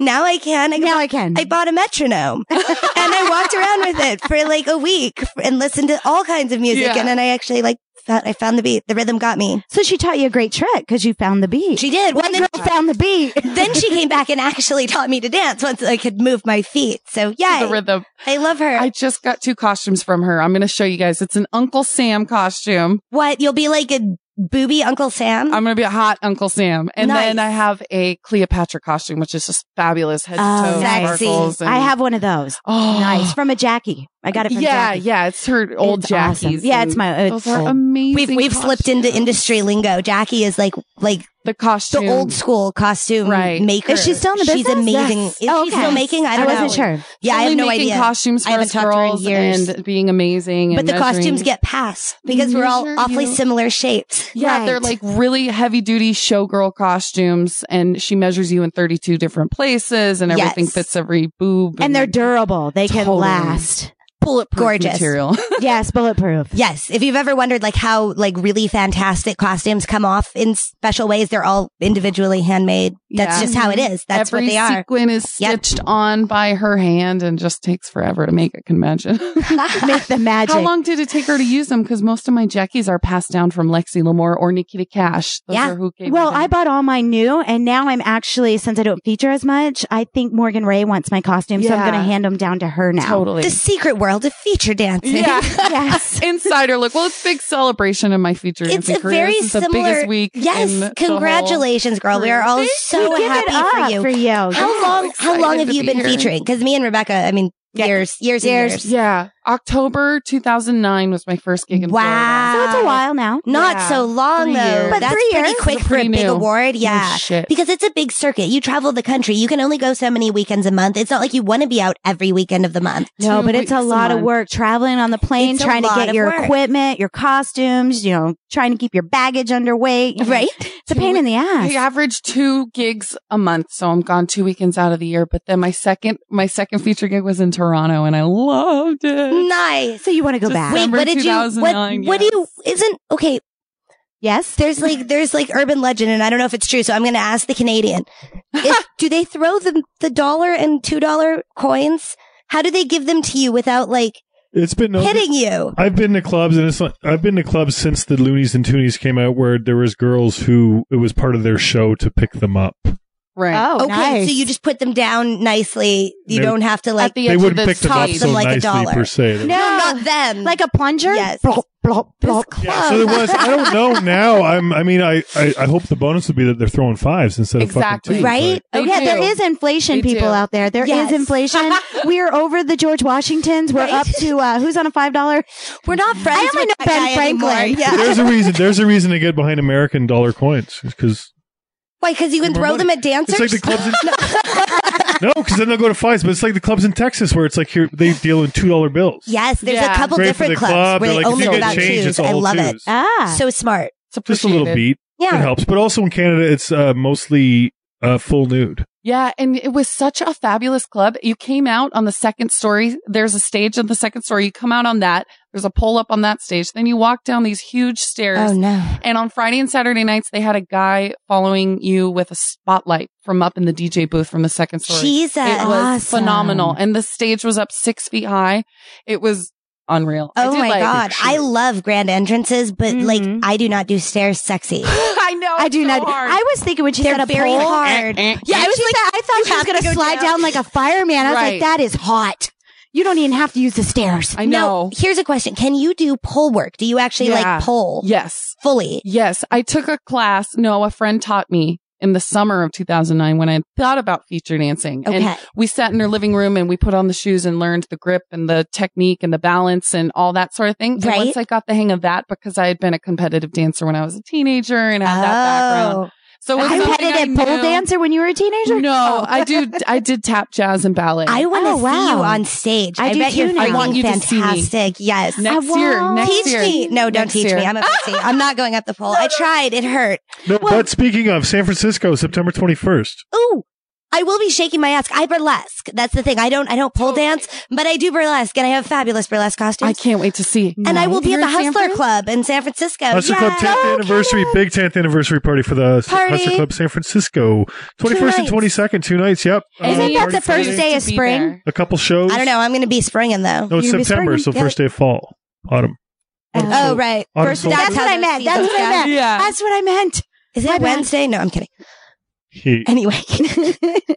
[SPEAKER 3] now I can. I,
[SPEAKER 4] Now I can.
[SPEAKER 3] I bought a metronome and I walked around with it for like a week and listened to all kinds of music.
[SPEAKER 6] Yeah.
[SPEAKER 3] And then I actually like found, I found the beat. The rhythm got me.
[SPEAKER 4] so she taught you a great trick because you found the beat.
[SPEAKER 3] She did. Well,
[SPEAKER 4] One
[SPEAKER 3] and then,
[SPEAKER 4] girl found the beat.
[SPEAKER 3] then she came back and actually taught me to dance once I could move my feet. So
[SPEAKER 6] the
[SPEAKER 3] yeah,
[SPEAKER 6] rhythm.
[SPEAKER 3] I love her.
[SPEAKER 6] I just got two costumes from her. I'm going to show you guys. It's an Uncle Sam costume.
[SPEAKER 3] what? You'll be like a booby Uncle Sam.
[SPEAKER 6] I'm going to be a hot Uncle Sam. And then
[SPEAKER 3] Nice.
[SPEAKER 6] I have a Cleopatra costume, which is just fabulous head to
[SPEAKER 4] Oh,
[SPEAKER 6] toe
[SPEAKER 3] sexy.
[SPEAKER 6] sparkles. and-
[SPEAKER 4] I have one of those.
[SPEAKER 6] Oh,
[SPEAKER 4] Nice from a Jackie. I got it from
[SPEAKER 6] yeah,
[SPEAKER 4] Jackie.
[SPEAKER 6] yeah. It's her old
[SPEAKER 4] It's
[SPEAKER 6] Jackie's.
[SPEAKER 4] awesome. Yeah, it's
[SPEAKER 6] and
[SPEAKER 4] my- it's
[SPEAKER 6] those are
[SPEAKER 4] old.
[SPEAKER 6] amazing.
[SPEAKER 3] we've we've slipped into
[SPEAKER 6] costumes.
[SPEAKER 3] industry lingo. Jackie is like like
[SPEAKER 6] the
[SPEAKER 3] the
[SPEAKER 6] costume.
[SPEAKER 3] old school costume
[SPEAKER 6] Right.
[SPEAKER 3] maker.
[SPEAKER 4] Is she still in the
[SPEAKER 3] She's
[SPEAKER 4] business?
[SPEAKER 3] amazing.
[SPEAKER 4] Yes.
[SPEAKER 3] Is
[SPEAKER 4] Oh,
[SPEAKER 3] she
[SPEAKER 4] okay.
[SPEAKER 3] still making? I
[SPEAKER 4] I,
[SPEAKER 3] don't know.
[SPEAKER 4] wasn't sure.
[SPEAKER 3] Yeah, I
[SPEAKER 6] Only
[SPEAKER 3] have no
[SPEAKER 6] making
[SPEAKER 3] idea.
[SPEAKER 6] costumes for
[SPEAKER 3] I haven't
[SPEAKER 6] us
[SPEAKER 3] talked to her in
[SPEAKER 6] girls
[SPEAKER 3] years.
[SPEAKER 6] and being amazing.
[SPEAKER 3] But
[SPEAKER 6] and
[SPEAKER 3] the costumes
[SPEAKER 6] measuring.
[SPEAKER 3] get passed because we're all
[SPEAKER 6] Measure
[SPEAKER 3] awfully
[SPEAKER 6] you.
[SPEAKER 3] similar shapes.
[SPEAKER 6] Yeah, they're
[SPEAKER 4] Right.
[SPEAKER 6] like really heavy duty showgirl costumes, and she measures you in 32 different places, and everything
[SPEAKER 3] Yes.
[SPEAKER 6] fits every boob.
[SPEAKER 4] And they're durable. They can
[SPEAKER 6] Totally.
[SPEAKER 4] last.
[SPEAKER 6] bulletproof
[SPEAKER 3] gorgeous.
[SPEAKER 6] material.
[SPEAKER 4] yes, bulletproof.
[SPEAKER 3] Yes, if you've ever wondered like how like really fantastic costumes come off in special ways, they're all individually handmade. That's
[SPEAKER 6] Yeah.
[SPEAKER 3] just how it is. That's
[SPEAKER 6] every
[SPEAKER 3] what they are.
[SPEAKER 6] sequin is
[SPEAKER 3] Yep.
[SPEAKER 6] stitched on by her hand, and just takes forever to make. I can imagine.
[SPEAKER 4] Make the magic.
[SPEAKER 6] How long did it take her to use them? Because most of my Jackies are passed down from Lexi Lamore or Nikita Cash. Those
[SPEAKER 3] Yeah.
[SPEAKER 6] are who gave
[SPEAKER 4] Well,
[SPEAKER 6] me them.
[SPEAKER 4] I bought all mine new, and now I'm actually, since I don't feature as much, I think Morgan Ray wants my costume, so I'm
[SPEAKER 6] Yeah.
[SPEAKER 4] going to hand them down to her now.
[SPEAKER 6] totally.
[SPEAKER 3] The secret world of feature dancing.
[SPEAKER 6] yeah.
[SPEAKER 4] Yes.
[SPEAKER 6] Insider look. Well, it's a big celebration in my feature.
[SPEAKER 3] It's
[SPEAKER 6] dancing
[SPEAKER 3] a
[SPEAKER 6] career.
[SPEAKER 3] very
[SPEAKER 6] This is the
[SPEAKER 3] similar
[SPEAKER 6] biggest week. in the
[SPEAKER 3] Yes, congratulations, girl. We are all
[SPEAKER 6] Thank
[SPEAKER 3] so
[SPEAKER 4] We give it
[SPEAKER 3] happy for
[SPEAKER 4] up
[SPEAKER 3] you.
[SPEAKER 4] For you.
[SPEAKER 3] How
[SPEAKER 6] I'm
[SPEAKER 3] long?
[SPEAKER 6] so
[SPEAKER 3] How long
[SPEAKER 6] excited
[SPEAKER 3] have
[SPEAKER 6] to
[SPEAKER 3] you
[SPEAKER 6] be
[SPEAKER 3] been
[SPEAKER 6] here.
[SPEAKER 3] featuring? Because me and Rebecca, I mean, years, years, and
[SPEAKER 4] Years.
[SPEAKER 3] years.
[SPEAKER 6] Whole, yeah, October 2009 was my first gig in
[SPEAKER 3] Wow.
[SPEAKER 4] So it's a while now.
[SPEAKER 3] Not
[SPEAKER 6] Yeah.
[SPEAKER 3] so long
[SPEAKER 6] Three
[SPEAKER 3] though.
[SPEAKER 6] years.
[SPEAKER 3] But
[SPEAKER 6] But
[SPEAKER 3] That's
[SPEAKER 4] three
[SPEAKER 3] pretty
[SPEAKER 4] years is
[SPEAKER 3] quick
[SPEAKER 6] pretty
[SPEAKER 3] for a big
[SPEAKER 6] new.
[SPEAKER 3] award.
[SPEAKER 6] Florida.
[SPEAKER 3] Yeah.
[SPEAKER 6] No shit.
[SPEAKER 3] Because it's a big circuit. You travel the country. You can only go so many weekends a month. It's not like you want to be out every weekend of the month.
[SPEAKER 4] No,
[SPEAKER 6] Two
[SPEAKER 4] but it's a
[SPEAKER 6] weeks a
[SPEAKER 4] lot of
[SPEAKER 6] month.
[SPEAKER 4] work traveling on the plane,
[SPEAKER 3] It's a
[SPEAKER 4] trying to
[SPEAKER 3] lot
[SPEAKER 4] get
[SPEAKER 3] of
[SPEAKER 4] your
[SPEAKER 3] work.
[SPEAKER 4] equipment, your costumes, you know, trying to keep your baggage underweight. you know.
[SPEAKER 3] Right?
[SPEAKER 4] It's a pain in the ass.
[SPEAKER 6] I average two gigs a month, so I'm gone two weekends out of the year. But then my second my second feature gig was in Toronto, and I loved
[SPEAKER 3] Mm.
[SPEAKER 6] it.
[SPEAKER 3] Nice.
[SPEAKER 4] So you want to go
[SPEAKER 6] Just
[SPEAKER 4] back.
[SPEAKER 3] Wait,
[SPEAKER 6] December
[SPEAKER 3] what did you? What,
[SPEAKER 6] 2009,
[SPEAKER 3] what do you? Isn't okay?
[SPEAKER 4] yes.
[SPEAKER 3] There's like there's like urban legend, and I don't know if it's true. So I'm going to ask the Canadian. If, do they throw the the dollar and two dollar coins? How do they give them to you without like
[SPEAKER 7] It's been known-
[SPEAKER 3] hitting you?
[SPEAKER 7] I've been to clubs, and it's like, I've been to clubs since the Loonies and Toonies came out, where there was girls who it was part of their show to pick them up.
[SPEAKER 6] Right.
[SPEAKER 4] Oh,
[SPEAKER 3] okay,
[SPEAKER 4] nice.
[SPEAKER 3] so you just put them down nicely. You
[SPEAKER 7] They-
[SPEAKER 3] don't have to like.
[SPEAKER 6] At the
[SPEAKER 7] They
[SPEAKER 6] edge of
[SPEAKER 7] wouldn't
[SPEAKER 6] the
[SPEAKER 7] pick them up
[SPEAKER 6] top.
[SPEAKER 7] so
[SPEAKER 3] Them like a
[SPEAKER 7] nicely
[SPEAKER 3] dollar.
[SPEAKER 7] per se.
[SPEAKER 3] no, not them.
[SPEAKER 4] like a plunger.
[SPEAKER 3] Yes.
[SPEAKER 4] Blop, blop, blop.
[SPEAKER 7] Yeah, so there was. I don't know now. I'm. I mean, I, I. I hope the bonus would be that they're throwing fives instead of fucking
[SPEAKER 6] Exactly.
[SPEAKER 7] twos,
[SPEAKER 3] right?
[SPEAKER 4] Oh,
[SPEAKER 6] They
[SPEAKER 4] yeah,
[SPEAKER 6] do.
[SPEAKER 4] there is inflation,
[SPEAKER 6] They
[SPEAKER 4] people
[SPEAKER 6] do.
[SPEAKER 4] out there. There is
[SPEAKER 3] Yes.
[SPEAKER 4] inflation. we are over the George Washingtons. We're
[SPEAKER 3] Right.
[SPEAKER 4] up to uh, who's on a five dollar.
[SPEAKER 3] We're not friends. with
[SPEAKER 4] only know
[SPEAKER 3] that
[SPEAKER 4] Ben
[SPEAKER 3] guy
[SPEAKER 4] Franklin.
[SPEAKER 3] anymore.
[SPEAKER 7] But
[SPEAKER 3] Yeah.
[SPEAKER 7] There's a reason. There's a reason to get behind American dollar coins because
[SPEAKER 3] Why? Because you can
[SPEAKER 7] More
[SPEAKER 3] throw
[SPEAKER 7] money.
[SPEAKER 3] them at dancers.
[SPEAKER 7] it's like the clubs. In, no, because then they'll go to fives. But it's like the clubs in Texas where it's like here they deal in two dollar bills.
[SPEAKER 3] yes, there's
[SPEAKER 6] Yeah.
[SPEAKER 3] a couple
[SPEAKER 7] Great
[SPEAKER 3] different
[SPEAKER 7] for the
[SPEAKER 3] clubs oh
[SPEAKER 7] club.
[SPEAKER 3] where
[SPEAKER 7] They're
[SPEAKER 3] they
[SPEAKER 7] like, if
[SPEAKER 3] only
[SPEAKER 7] you
[SPEAKER 3] know
[SPEAKER 7] get
[SPEAKER 3] about
[SPEAKER 7] change,
[SPEAKER 3] twos.
[SPEAKER 7] it's all
[SPEAKER 3] I love
[SPEAKER 7] twos.
[SPEAKER 3] it.
[SPEAKER 4] Ah,
[SPEAKER 3] So smart.
[SPEAKER 6] It's
[SPEAKER 7] Just a little
[SPEAKER 6] appreciated.
[SPEAKER 7] beat. It
[SPEAKER 3] Yeah.
[SPEAKER 7] helps. But also in Canada, it's uh, mostly uh, full nude.
[SPEAKER 6] Yeah, and it was such a fabulous club. You came out on the second story. There's a stage on the second story. You come out on that. There's a pull up on that stage. Then you walk down these huge stairs.
[SPEAKER 3] Oh no.
[SPEAKER 6] And on Friday and Saturday nights, they had a guy following you with a spotlight from up in the DJ booth from the second story.
[SPEAKER 3] Jesus.
[SPEAKER 6] It was
[SPEAKER 4] Awesome.
[SPEAKER 6] phenomenal. And the stage was up six feet high. It was unreal. I
[SPEAKER 3] Oh
[SPEAKER 6] did
[SPEAKER 3] my
[SPEAKER 6] like-
[SPEAKER 3] god. I love grand entrances, but
[SPEAKER 4] Mhm.
[SPEAKER 3] like I do not do stairs sexy.
[SPEAKER 6] I know.
[SPEAKER 4] I do not. I
[SPEAKER 6] I
[SPEAKER 4] was thinking when she
[SPEAKER 3] They're
[SPEAKER 4] said a
[SPEAKER 3] very
[SPEAKER 4] pole.
[SPEAKER 3] hard.
[SPEAKER 4] Yeah, I was like, I
[SPEAKER 3] you
[SPEAKER 4] thought she was
[SPEAKER 3] have
[SPEAKER 4] going to
[SPEAKER 3] to go
[SPEAKER 4] slide
[SPEAKER 3] down.
[SPEAKER 4] down. like a fireman. I was
[SPEAKER 6] Right.
[SPEAKER 4] like, that is hot. You don't even have to use the stairs.
[SPEAKER 6] I
[SPEAKER 3] Now,
[SPEAKER 6] know.
[SPEAKER 3] here's a question. Can you do pole work? Do you actually
[SPEAKER 6] Yeah.
[SPEAKER 3] like pole
[SPEAKER 6] Yes.
[SPEAKER 3] fully?
[SPEAKER 6] Yes, I took a class. No, a friend taught me in the summer of 2009 when I thought about feature dancing. And
[SPEAKER 3] Okay.
[SPEAKER 6] we sat in her living room and we put on the shoes and learned the grip and the technique and the balance and all that sort of thing. And
[SPEAKER 3] Right.
[SPEAKER 6] once I got the hang of that, because I had been a competitive dancer when I was a teenager and had that background.
[SPEAKER 3] oh.
[SPEAKER 6] So it was something I
[SPEAKER 4] Competitive pole
[SPEAKER 6] knew-
[SPEAKER 4] dancer when you were a teenager.
[SPEAKER 6] No, I do. I did tap jazz and ballet.
[SPEAKER 3] Oh. I want to
[SPEAKER 4] Oh,
[SPEAKER 3] see you
[SPEAKER 4] wow.
[SPEAKER 3] on stage.
[SPEAKER 4] I
[SPEAKER 3] I,
[SPEAKER 4] do
[SPEAKER 3] bet
[SPEAKER 4] too
[SPEAKER 3] you're
[SPEAKER 4] now. I
[SPEAKER 3] freaking
[SPEAKER 6] want you to see me.
[SPEAKER 3] fantastic. Yes.
[SPEAKER 6] next
[SPEAKER 4] I
[SPEAKER 6] year.
[SPEAKER 4] won't.
[SPEAKER 6] Next
[SPEAKER 3] teach
[SPEAKER 6] year.
[SPEAKER 3] me. No, don't
[SPEAKER 6] Next
[SPEAKER 3] teach
[SPEAKER 6] year.
[SPEAKER 3] me. I'm a pussy. I'm not going up the pole. I tried. It hurt.
[SPEAKER 7] No, but speaking of San Francisco, September twenty first.
[SPEAKER 3] Ooh. I will be shaking my ass. I burlesque. That's the thing. I don't, I don't pole dance, but I do burlesque and I have fabulous burlesque costumes.
[SPEAKER 6] I can't wait to see.
[SPEAKER 3] and I will be at
[SPEAKER 6] You're
[SPEAKER 3] the
[SPEAKER 6] in San
[SPEAKER 3] Hustler
[SPEAKER 6] Fran?
[SPEAKER 3] Club in San Francisco.
[SPEAKER 7] Hustler
[SPEAKER 3] Oh, Yeah.
[SPEAKER 7] Club 10th anniversary, big 10th anniversary party for the S-
[SPEAKER 3] Party.
[SPEAKER 7] Hustler Club San Francisco. 21st
[SPEAKER 3] nights.
[SPEAKER 7] and 22nd, two nights, yep.
[SPEAKER 6] Isn't
[SPEAKER 7] Uh, party
[SPEAKER 6] that
[SPEAKER 4] the
[SPEAKER 7] Friday.
[SPEAKER 4] first day of
[SPEAKER 6] To be
[SPEAKER 4] spring?
[SPEAKER 6] there.
[SPEAKER 7] A couple shows.
[SPEAKER 3] I don't know. I'm going to be springing though.
[SPEAKER 7] No, it's
[SPEAKER 4] You're gonna be
[SPEAKER 7] September, so
[SPEAKER 4] spring, yeah.
[SPEAKER 7] first day of fall, autumn.
[SPEAKER 4] Oh.
[SPEAKER 3] Oh, right.
[SPEAKER 7] Autumn
[SPEAKER 3] First,
[SPEAKER 7] Soul
[SPEAKER 3] that's
[SPEAKER 7] Festival.
[SPEAKER 3] what I meant. That's what I meant.
[SPEAKER 6] Yeah.
[SPEAKER 4] That's what I meant.
[SPEAKER 3] Is
[SPEAKER 4] My
[SPEAKER 3] it
[SPEAKER 4] bad.
[SPEAKER 3] Wednesday? No, I'm kidding.
[SPEAKER 7] He-
[SPEAKER 3] Anyway,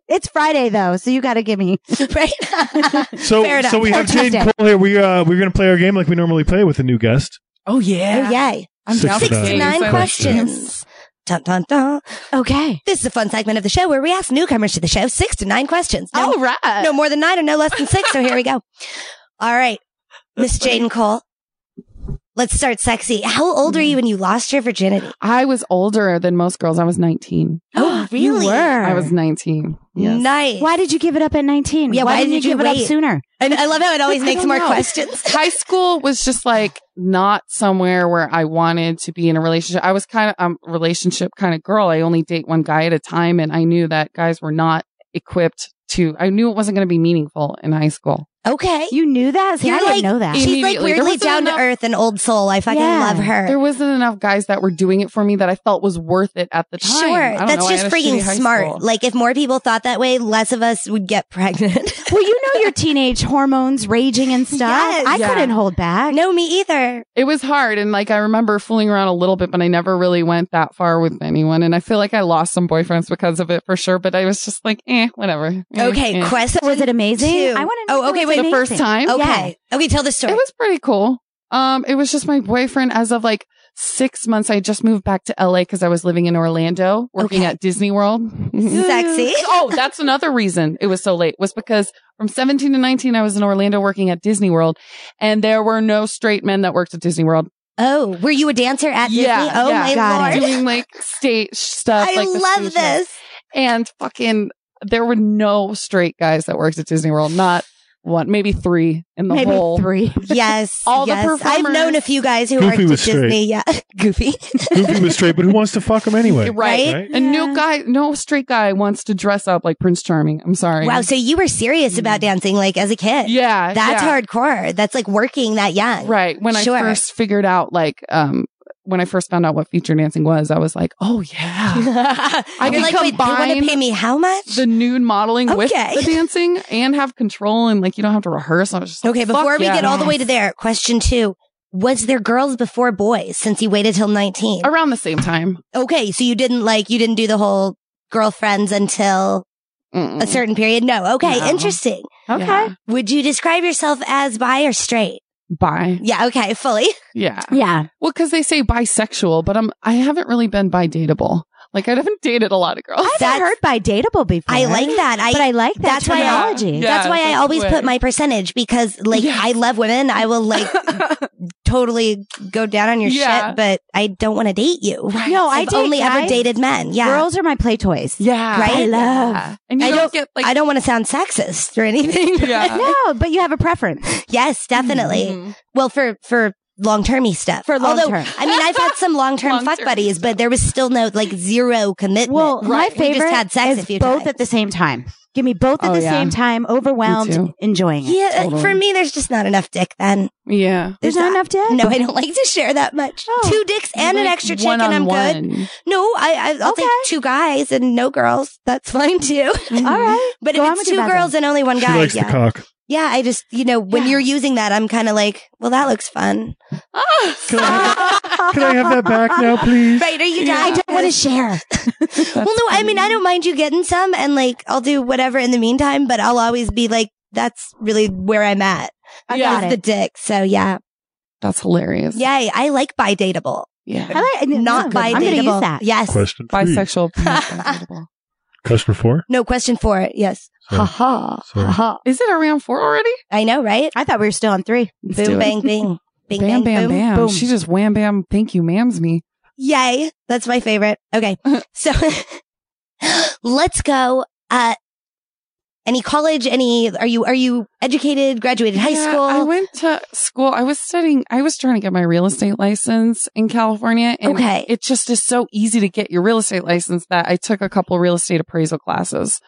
[SPEAKER 4] It's Friday though, so you got to give me.
[SPEAKER 3] right?
[SPEAKER 7] So,
[SPEAKER 3] Fair enough.
[SPEAKER 7] so we
[SPEAKER 4] Or
[SPEAKER 7] have Jade
[SPEAKER 4] Tuesday.
[SPEAKER 7] Cole here. We uh, we're gonna play our game like we normally play with a new guest.
[SPEAKER 6] Oh yeah.
[SPEAKER 3] Oh, yay.
[SPEAKER 6] I'm down
[SPEAKER 7] Six
[SPEAKER 6] for
[SPEAKER 7] to
[SPEAKER 6] days.
[SPEAKER 7] nine
[SPEAKER 6] I like
[SPEAKER 3] questions. Dun, dun, dun.
[SPEAKER 4] Okay.
[SPEAKER 3] This is a fun segment of the show where we ask newcomers to the show six to nine questions. No,
[SPEAKER 6] All right.
[SPEAKER 3] no more than nine or no less than six. So here we go. All right, Miss Jaden Cole. Let's start sexy. How old are you when you lost your virginity?
[SPEAKER 6] I was older than most girls. I was 19.
[SPEAKER 3] Oh,
[SPEAKER 4] You
[SPEAKER 3] really?
[SPEAKER 4] were.
[SPEAKER 6] I was 19. Yes.
[SPEAKER 3] Nice.
[SPEAKER 4] Why did you give it up at 19?
[SPEAKER 3] Yeah,
[SPEAKER 4] why, didn't you give it up
[SPEAKER 3] wait?
[SPEAKER 4] sooner?
[SPEAKER 3] And I love how it always
[SPEAKER 6] I
[SPEAKER 3] makes
[SPEAKER 6] don't
[SPEAKER 3] more
[SPEAKER 6] know.
[SPEAKER 3] questions.
[SPEAKER 6] High school was just like not somewhere where I wanted to be in a relationship. I was kind of a um, relationship kind of girl. I only date one guy at a time. And I knew that guys were not equipped to, I knew it wasn't going to be meaningful in high school.
[SPEAKER 3] Okay.
[SPEAKER 4] You knew that? See,
[SPEAKER 3] You're
[SPEAKER 4] I didn't
[SPEAKER 3] like-
[SPEAKER 4] know that.
[SPEAKER 3] She's like
[SPEAKER 6] Immediately. There
[SPEAKER 3] weirdly
[SPEAKER 6] wasn't
[SPEAKER 3] down to
[SPEAKER 6] enough-
[SPEAKER 3] earth and old soul. I fucking
[SPEAKER 4] Yeah.
[SPEAKER 3] love her.
[SPEAKER 6] There wasn't enough guys that were doing it for me that I felt was worth it at the time. I
[SPEAKER 3] Sure,
[SPEAKER 6] don't
[SPEAKER 3] that's
[SPEAKER 6] know. I
[SPEAKER 3] just
[SPEAKER 6] had a
[SPEAKER 3] freaking
[SPEAKER 6] shitty high
[SPEAKER 3] smart.
[SPEAKER 6] school.
[SPEAKER 3] Like if more people thought that way, less of us would get pregnant.
[SPEAKER 4] well, you know your teenage hormones raging and stuff.
[SPEAKER 3] Yes.
[SPEAKER 4] I
[SPEAKER 6] Yeah.
[SPEAKER 4] couldn't hold back.
[SPEAKER 3] no, me either.
[SPEAKER 6] it was hard and like i remember fooling around a little bit but i never really went that far with anyone and i feel like i lost some boyfriends because of it for sure but i was just like eh whatever Eh,
[SPEAKER 3] Okay,
[SPEAKER 6] eh.
[SPEAKER 3] question.
[SPEAKER 4] So was it amazing?
[SPEAKER 3] Two.
[SPEAKER 4] I want to know.
[SPEAKER 3] Oh,
[SPEAKER 4] if it
[SPEAKER 3] okay,
[SPEAKER 4] was
[SPEAKER 3] wait,
[SPEAKER 6] the first
[SPEAKER 4] amazing.
[SPEAKER 6] time
[SPEAKER 3] Okay, okay, tell the
[SPEAKER 6] it
[SPEAKER 3] story.
[SPEAKER 6] was pretty cool um it was just my boyfriend as of like six months i just moved back to la because i was living in orlando working
[SPEAKER 3] Okay.
[SPEAKER 6] at disney world
[SPEAKER 3] Sexy.
[SPEAKER 6] oh that's another reason it was so late was because from 17 to 19 i was in orlando working at disney world and there were no straight men that worked at disney world
[SPEAKER 3] Oh, were you a dancer at
[SPEAKER 6] Yeah,
[SPEAKER 3] Disney? Oh
[SPEAKER 6] yeah.
[SPEAKER 3] my
[SPEAKER 4] Got
[SPEAKER 3] lord,
[SPEAKER 4] it.
[SPEAKER 6] doing like stage stuff
[SPEAKER 3] I
[SPEAKER 6] like the
[SPEAKER 3] love
[SPEAKER 6] stage show.
[SPEAKER 3] this.
[SPEAKER 6] and fucking there were no straight guys that worked at Disney World. Not one, maybe three in the
[SPEAKER 4] Maybe
[SPEAKER 6] whole.
[SPEAKER 4] three.
[SPEAKER 3] Yes,
[SPEAKER 6] All the
[SPEAKER 3] yes. I've
[SPEAKER 6] performers.
[SPEAKER 3] known a few guys who
[SPEAKER 7] Goofy
[SPEAKER 3] worked at
[SPEAKER 7] was straight.
[SPEAKER 3] Disney. Yeah, Goofy.
[SPEAKER 7] Goofy was straight, but who wants to fuck him anyway?
[SPEAKER 6] Right.
[SPEAKER 7] Right?
[SPEAKER 6] And
[SPEAKER 4] Yeah.
[SPEAKER 6] no guy, no straight guy wants to dress up like Prince Charming. I'm sorry.
[SPEAKER 3] Wow, so you were serious about dancing like as a kid?
[SPEAKER 6] yeah.
[SPEAKER 3] that's
[SPEAKER 6] Mm-hmm. yeah.
[SPEAKER 3] hardcore. That's like working that young.
[SPEAKER 6] Right. When
[SPEAKER 3] Sure.
[SPEAKER 6] I first figured out, like, um, when I first found out what feature dancing was, I was like, oh, yeah.
[SPEAKER 3] I
[SPEAKER 6] can
[SPEAKER 3] like, wait, they want to
[SPEAKER 6] combine
[SPEAKER 3] pay me how much?
[SPEAKER 6] The nude modeling with
[SPEAKER 3] Okay.
[SPEAKER 6] the dancing and have control and like you don't have to rehearse. I was just like,
[SPEAKER 3] Okay,
[SPEAKER 6] fuck
[SPEAKER 3] before we
[SPEAKER 6] yeah.
[SPEAKER 3] get all the way to there, question two. Was there girls before boys since you waited till 19?
[SPEAKER 6] around the same time.
[SPEAKER 3] Okay, so you didn't like, you didn't do the whole girlfriends until a certain period? No. Okay.
[SPEAKER 6] No.
[SPEAKER 3] Interesting.
[SPEAKER 6] Okay. Yeah.
[SPEAKER 3] Would you describe yourself as bi or straight?
[SPEAKER 6] Bi.
[SPEAKER 3] Yeah. Okay. Fully.
[SPEAKER 6] Yeah.
[SPEAKER 4] Yeah.
[SPEAKER 6] Well, because they say bisexual, but I'm I haven't really been bi dateable. Like I haven't dated a lot of girls.
[SPEAKER 4] I haven't heard by dateable before.
[SPEAKER 3] I like that. I,
[SPEAKER 4] but I like that
[SPEAKER 3] that's why I-
[SPEAKER 4] terminology.
[SPEAKER 6] Yeah.
[SPEAKER 3] that's why I
[SPEAKER 6] that's
[SPEAKER 3] always
[SPEAKER 6] what-
[SPEAKER 3] put my percentage because like
[SPEAKER 6] Yeah.
[SPEAKER 3] I love women. I will like totally go down on your
[SPEAKER 6] Yeah.
[SPEAKER 3] shit, but I don't want to date you.
[SPEAKER 6] Right.
[SPEAKER 4] No, I
[SPEAKER 3] I've
[SPEAKER 4] date
[SPEAKER 3] only ever
[SPEAKER 4] guys.
[SPEAKER 3] dated men. Yeah.
[SPEAKER 4] Girls are my play toys.
[SPEAKER 6] Yeah.
[SPEAKER 3] Right?
[SPEAKER 4] I love.
[SPEAKER 6] Yeah. And you
[SPEAKER 3] I
[SPEAKER 6] don't,
[SPEAKER 3] don't-
[SPEAKER 6] get like
[SPEAKER 3] I don't want to sound sexist or anything.
[SPEAKER 6] Yeah.
[SPEAKER 4] No, but you have a preference.
[SPEAKER 3] yes, definitely.
[SPEAKER 6] Mhm.
[SPEAKER 3] Well, for for long termy stuff.
[SPEAKER 4] Mm-hmm. For long
[SPEAKER 3] Although,
[SPEAKER 4] term.
[SPEAKER 3] I mean, I've had some long term
[SPEAKER 6] Long-term
[SPEAKER 3] fuck buddies, but there was still no like zero commitment.
[SPEAKER 4] Well, my
[SPEAKER 6] Right.
[SPEAKER 3] We just
[SPEAKER 4] favorite
[SPEAKER 3] had sex
[SPEAKER 4] is
[SPEAKER 3] a few
[SPEAKER 4] both
[SPEAKER 3] times.
[SPEAKER 4] at the same time. Give me both at
[SPEAKER 6] Oh,
[SPEAKER 4] the
[SPEAKER 6] yeah.
[SPEAKER 4] same time,
[SPEAKER 6] Me
[SPEAKER 4] overwhelmed,
[SPEAKER 6] too.
[SPEAKER 4] enjoying it.
[SPEAKER 3] yeah, uh,
[SPEAKER 6] Totally.
[SPEAKER 3] for me, there's just not enough dick. Then
[SPEAKER 6] Yeah.
[SPEAKER 4] There's not enough dick.
[SPEAKER 3] no, I don't like to share that much.
[SPEAKER 4] Oh.
[SPEAKER 3] Two dicks and an
[SPEAKER 6] Like,
[SPEAKER 3] extra chick,
[SPEAKER 6] one
[SPEAKER 3] and I'm
[SPEAKER 6] on
[SPEAKER 3] good.
[SPEAKER 6] one.
[SPEAKER 3] No, I, I I'll
[SPEAKER 4] Okay. Mm-hmm.
[SPEAKER 3] take two guys and no girls. That's fine too.
[SPEAKER 4] All right.
[SPEAKER 3] But
[SPEAKER 4] Go on
[SPEAKER 3] if
[SPEAKER 4] with
[SPEAKER 3] it's
[SPEAKER 4] your
[SPEAKER 3] two
[SPEAKER 4] bad
[SPEAKER 3] girls and only one
[SPEAKER 7] She
[SPEAKER 3] guy,
[SPEAKER 7] likes
[SPEAKER 3] yeah,
[SPEAKER 7] the cock.
[SPEAKER 3] yeah. I just you know when you're using that, I'm kind of like, well, that looks fun.
[SPEAKER 7] Can I, can I have that back now, please?
[SPEAKER 3] Right? Are you
[SPEAKER 6] Yeah.
[SPEAKER 3] done?
[SPEAKER 4] I don't want to share.
[SPEAKER 3] Well, no, I mean, I don't mind you getting some, and like I'll do whatever in the meantime. But I'll always be like, that's really where I'm at.
[SPEAKER 4] I
[SPEAKER 6] Yeah.
[SPEAKER 4] got
[SPEAKER 3] is
[SPEAKER 4] it.
[SPEAKER 3] the dick. So yeah,
[SPEAKER 6] That's hilarious.
[SPEAKER 3] yay. I like bi dateable,
[SPEAKER 6] Yeah.
[SPEAKER 4] I like
[SPEAKER 3] not bi
[SPEAKER 4] I'm gonna use
[SPEAKER 3] dateable.
[SPEAKER 4] that.
[SPEAKER 3] Yes.
[SPEAKER 7] Question three.
[SPEAKER 6] Bisexual. bi-dateable.
[SPEAKER 7] Question four.
[SPEAKER 3] No question for it. Yes. Ha
[SPEAKER 7] Sorry.
[SPEAKER 3] ha.
[SPEAKER 7] Sorry.
[SPEAKER 3] Ha ha.
[SPEAKER 6] Is it around four already?
[SPEAKER 3] I know, right?
[SPEAKER 4] I thought we were still on three.
[SPEAKER 6] Let's do
[SPEAKER 3] Boom,
[SPEAKER 6] it.
[SPEAKER 3] bang, bing. Bing, bang,
[SPEAKER 6] bam, bam,
[SPEAKER 3] boom.
[SPEAKER 6] bam.
[SPEAKER 4] boom.
[SPEAKER 6] She just wham, bam. Thank you, ma'ams me.
[SPEAKER 3] Yay. That's my favorite. Okay. So let's go. Uh, any college? Any, are you, are you educated, graduated high
[SPEAKER 6] Yeah,
[SPEAKER 3] school?
[SPEAKER 6] I went to school. I was studying. I was trying to get my real estate license in California. And
[SPEAKER 3] Okay.
[SPEAKER 6] It just is so easy to get your real estate license that I took a couple real estate appraisal classes.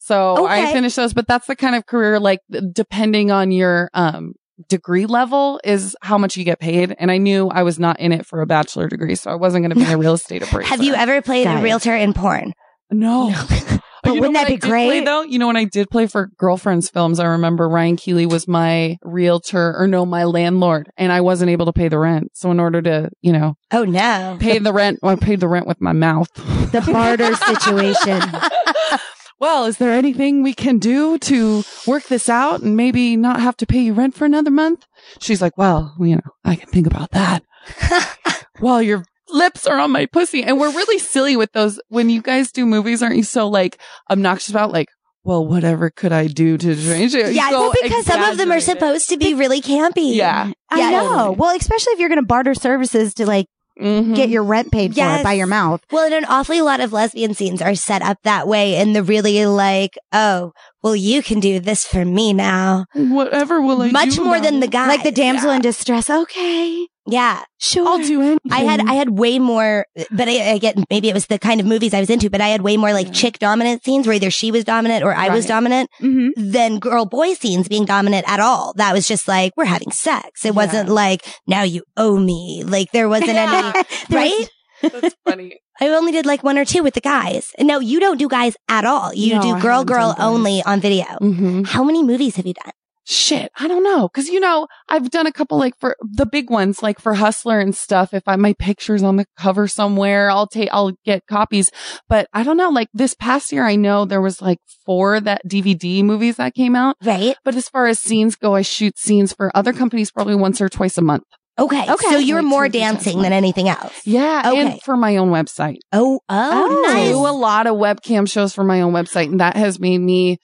[SPEAKER 6] So I
[SPEAKER 3] Okay.
[SPEAKER 6] finished those, but that's the kind of career, like depending on your, um, degree level is how much you get paid. And I knew I was not in it for a bachelor degree. So I wasn't going to be a real estate appraiser.
[SPEAKER 3] Have you ever played
[SPEAKER 4] Got
[SPEAKER 3] a
[SPEAKER 4] it.
[SPEAKER 3] realtor in porn?
[SPEAKER 6] No.
[SPEAKER 4] But
[SPEAKER 6] You know
[SPEAKER 4] wouldn't
[SPEAKER 6] what
[SPEAKER 4] that
[SPEAKER 6] I
[SPEAKER 4] be
[SPEAKER 6] did play,
[SPEAKER 4] great?
[SPEAKER 6] though, you know when I did play for girlfriends films, I remember Ryan Keeley was my realtor, or no, my landlord, and I wasn't able to pay the rent. So in order to, you know,
[SPEAKER 3] Oh no.
[SPEAKER 6] pay the rent, well, I paid the rent with my mouth.
[SPEAKER 4] The barter situation.
[SPEAKER 6] well, is there anything we can do to work this out and maybe not have to pay you rent for another month? She's like, well, you know, I can think about that. While your lips are on my pussy, and we're really silly with those. When you guys do movies, aren't you so like obnoxious about like? Well, whatever could I do to change it?
[SPEAKER 3] Yeah,
[SPEAKER 6] So
[SPEAKER 3] well, because some of them are
[SPEAKER 6] exaggerated.
[SPEAKER 3] supposed to be really campy.
[SPEAKER 6] Yeah.
[SPEAKER 4] I
[SPEAKER 3] Yeah.
[SPEAKER 4] know. Well, especially if you're going to barter services to like
[SPEAKER 6] Mhm.
[SPEAKER 4] get your rent paid for
[SPEAKER 3] Yes.
[SPEAKER 4] by your mouth.
[SPEAKER 3] Well, and an awfully lot of lesbian scenes are set up that way in the really like, oh, well, you can do this for me now.
[SPEAKER 6] Mm-hmm. whatever will I
[SPEAKER 3] Much
[SPEAKER 6] do
[SPEAKER 3] more
[SPEAKER 6] about
[SPEAKER 3] than the
[SPEAKER 6] it?
[SPEAKER 3] guy.
[SPEAKER 4] like the damsel in distress. Okay.
[SPEAKER 3] Yeah.
[SPEAKER 4] Sure.
[SPEAKER 6] I'll do anything.
[SPEAKER 3] I had I had way more, but I, I get maybe it was the kind of movies I was into, but I had way more like
[SPEAKER 6] Yeah.
[SPEAKER 3] chick dominant scenes where either she was dominant or I was
[SPEAKER 6] Right.
[SPEAKER 3] dominant
[SPEAKER 4] Mhm.
[SPEAKER 3] than girl boy scenes being dominant at all. That was just like we're having sex. It
[SPEAKER 6] Yeah.
[SPEAKER 3] wasn't like now you owe me. Like there wasn't
[SPEAKER 6] Yeah.
[SPEAKER 3] any
[SPEAKER 4] There was-
[SPEAKER 3] right.
[SPEAKER 6] That's funny.
[SPEAKER 3] I only did like one or two with the guys. And No, you don't do guys at all. You
[SPEAKER 6] No, I
[SPEAKER 3] do girl
[SPEAKER 6] haven't
[SPEAKER 3] girl
[SPEAKER 6] done guys.
[SPEAKER 3] only on video.
[SPEAKER 6] Mm-hmm.
[SPEAKER 3] How many movies have you done?
[SPEAKER 6] Shit, I don't know, because you know I've done a couple like for the big ones, like for Hustler and stuff. If I my pictures on the cover somewhere, I'll take I'll get copies. But I don't know, like this past year, I know there was like four that DVD movies that came out.
[SPEAKER 3] Right.
[SPEAKER 6] But as far as scenes go, I shoot scenes for other companies probably once or twice a month.
[SPEAKER 3] Okay.
[SPEAKER 6] Okay.
[SPEAKER 3] So you're
[SPEAKER 6] Like
[SPEAKER 3] more
[SPEAKER 6] two to three times
[SPEAKER 3] dancing
[SPEAKER 6] more.
[SPEAKER 3] than anything else.
[SPEAKER 6] Yeah,
[SPEAKER 3] Okay.
[SPEAKER 6] and for my own website.
[SPEAKER 3] Oh, oh,
[SPEAKER 4] Oh.
[SPEAKER 6] I do a
[SPEAKER 3] nice.
[SPEAKER 6] lot of webcam shows for my own website, and that has made me.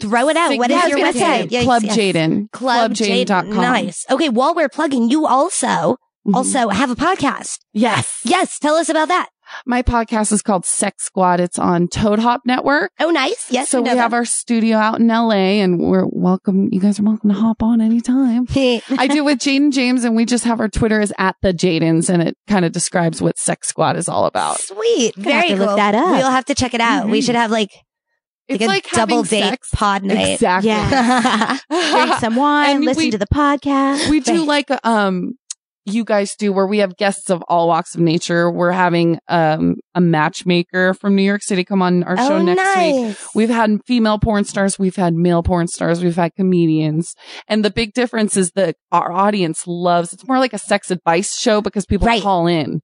[SPEAKER 3] Throw it out. What
[SPEAKER 4] Yeah, I
[SPEAKER 3] is
[SPEAKER 4] was
[SPEAKER 3] your
[SPEAKER 4] gonna
[SPEAKER 3] website?
[SPEAKER 4] say,
[SPEAKER 3] Yes,
[SPEAKER 6] Club
[SPEAKER 3] yes.
[SPEAKER 6] Jaden.
[SPEAKER 3] Club
[SPEAKER 6] clubjaden dot
[SPEAKER 3] Jaden.
[SPEAKER 6] com.
[SPEAKER 3] Nice. Okay. While we're plugging, you also
[SPEAKER 6] Mhm.
[SPEAKER 3] also have a podcast.
[SPEAKER 6] yes,
[SPEAKER 3] Yes. Tell us about that.
[SPEAKER 6] my podcast is called Sex Squad. It's on Toad Hop Network.
[SPEAKER 3] Oh, nice. Yes.
[SPEAKER 6] so we
[SPEAKER 3] know
[SPEAKER 6] have our studio out in LA, and we're welcome. You guys are welcome to hop on anytime.
[SPEAKER 3] that.
[SPEAKER 6] I do with Jaden James, and we just have our Twitter is at the Jadens, and it kind of describes what Sex Squad is all about.
[SPEAKER 3] Sweet.
[SPEAKER 4] Gonna have
[SPEAKER 3] Very
[SPEAKER 4] to
[SPEAKER 3] cool.
[SPEAKER 4] look that up.
[SPEAKER 3] We'll have to check it out. We
[SPEAKER 6] Mhm.
[SPEAKER 3] should have like, like
[SPEAKER 6] It's
[SPEAKER 3] a
[SPEAKER 6] like having
[SPEAKER 3] double date
[SPEAKER 6] sex.
[SPEAKER 3] pod night.
[SPEAKER 6] Exactly.
[SPEAKER 4] Yeah. Drink some wine,
[SPEAKER 6] And
[SPEAKER 4] listen
[SPEAKER 6] we-
[SPEAKER 4] to the podcast.
[SPEAKER 6] we do like um you guys do where we have guests of all walks of nature we're having um a matchmaker from new york city come on our show
[SPEAKER 3] oh,
[SPEAKER 6] next week
[SPEAKER 3] nice.
[SPEAKER 6] we've had female porn stars we've had male porn stars we've had comedians and the big difference is that our audience loves it's more like a sex advice show because people
[SPEAKER 3] Right.
[SPEAKER 6] call in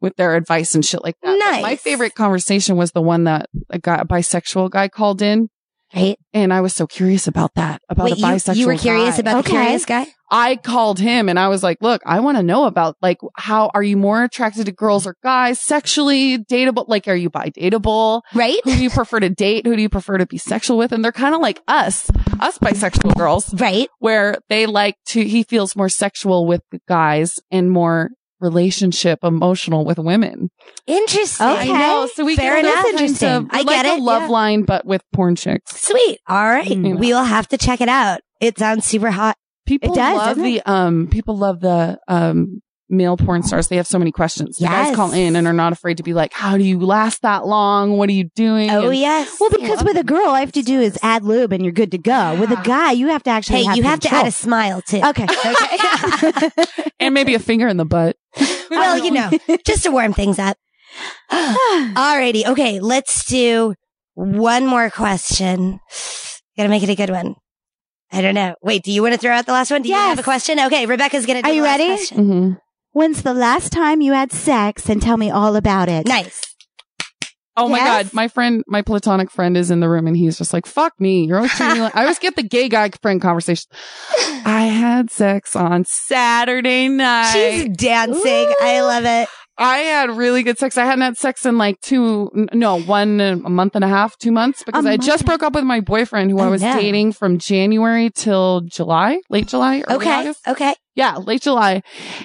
[SPEAKER 6] with their advice and shit like that. But
[SPEAKER 3] Nice.
[SPEAKER 6] My favorite conversation was the one that a guy, a bisexual guy called in.
[SPEAKER 3] Right.
[SPEAKER 6] And I was so curious about that, about
[SPEAKER 3] Wait,
[SPEAKER 6] a
[SPEAKER 3] you-
[SPEAKER 6] bisexual
[SPEAKER 3] you were curious
[SPEAKER 6] guy.
[SPEAKER 3] about the curious guy?
[SPEAKER 6] I called him and I was like, look, I want to know about like, how are you more attracted to girls or guys sexually dateable? Like, are you bi dateable?
[SPEAKER 3] Right.
[SPEAKER 6] Who do you prefer to date? Who do you prefer to be sexual with? And they're kind of like us, us bisexual girls.
[SPEAKER 3] Right.
[SPEAKER 6] Where they like to, he feels more sexual with the guys and more relationship emotional with women.
[SPEAKER 3] Interesting.
[SPEAKER 6] I know. So we
[SPEAKER 3] Fair
[SPEAKER 6] get
[SPEAKER 3] enough.
[SPEAKER 6] Interesting. Of,
[SPEAKER 3] I
[SPEAKER 6] like
[SPEAKER 3] get
[SPEAKER 6] a
[SPEAKER 3] it.
[SPEAKER 6] love
[SPEAKER 3] yeah.
[SPEAKER 6] line, but with porn chicks.
[SPEAKER 3] Sweet. All right.
[SPEAKER 6] Mm.
[SPEAKER 3] We will have to check it out. It sounds super hot.
[SPEAKER 6] People
[SPEAKER 4] It does,
[SPEAKER 6] love
[SPEAKER 4] doesn't
[SPEAKER 6] the um. People love the um male porn stars. They have so many questions. The
[SPEAKER 3] Yes.
[SPEAKER 6] guys call in and are not afraid to be like, "How do you last that long? What are you doing?"
[SPEAKER 3] Oh
[SPEAKER 6] And
[SPEAKER 3] yes.
[SPEAKER 4] Well, because with a girl, all I have to do is add lube and you're good to go. With a guy, you have to actually.
[SPEAKER 3] hey,
[SPEAKER 4] have
[SPEAKER 3] you have to add a
[SPEAKER 4] control.
[SPEAKER 3] smile too.
[SPEAKER 4] Okay. okay.
[SPEAKER 6] and maybe a finger in the butt.
[SPEAKER 3] well, you know, just to warm things up. Alrighty. Okay. Let's do one more question. Gotta make it a good one. I don't know. Wait, do you want to throw out the last one? Do you have a
[SPEAKER 4] Yes.
[SPEAKER 3] question? Okay. Rebecca's going to do
[SPEAKER 4] Are
[SPEAKER 3] the
[SPEAKER 4] you
[SPEAKER 3] last
[SPEAKER 4] ready?
[SPEAKER 3] question.
[SPEAKER 6] hmm
[SPEAKER 4] When's the last time you had sex? And tell me all about it.
[SPEAKER 3] Nice.
[SPEAKER 6] Oh my
[SPEAKER 4] Yes.
[SPEAKER 6] god, my friend, my platonic friend is in the room and he's just like, "Fuck me, you're always treating me like." I always get the gay guy friend conversation. I had sex on Saturday night.
[SPEAKER 3] She's dancing. I love it.
[SPEAKER 6] I had really good sex. I hadn't had sex in like two, n- no, one, a month and a half, two months because
[SPEAKER 4] A
[SPEAKER 6] I
[SPEAKER 4] month
[SPEAKER 6] just broke up with my boyfriend who I
[SPEAKER 3] Oh,
[SPEAKER 6] was
[SPEAKER 3] no.
[SPEAKER 6] dating from January till July, late July, early
[SPEAKER 3] Okay.
[SPEAKER 6] August.
[SPEAKER 3] Okay.
[SPEAKER 6] Yeah, late July.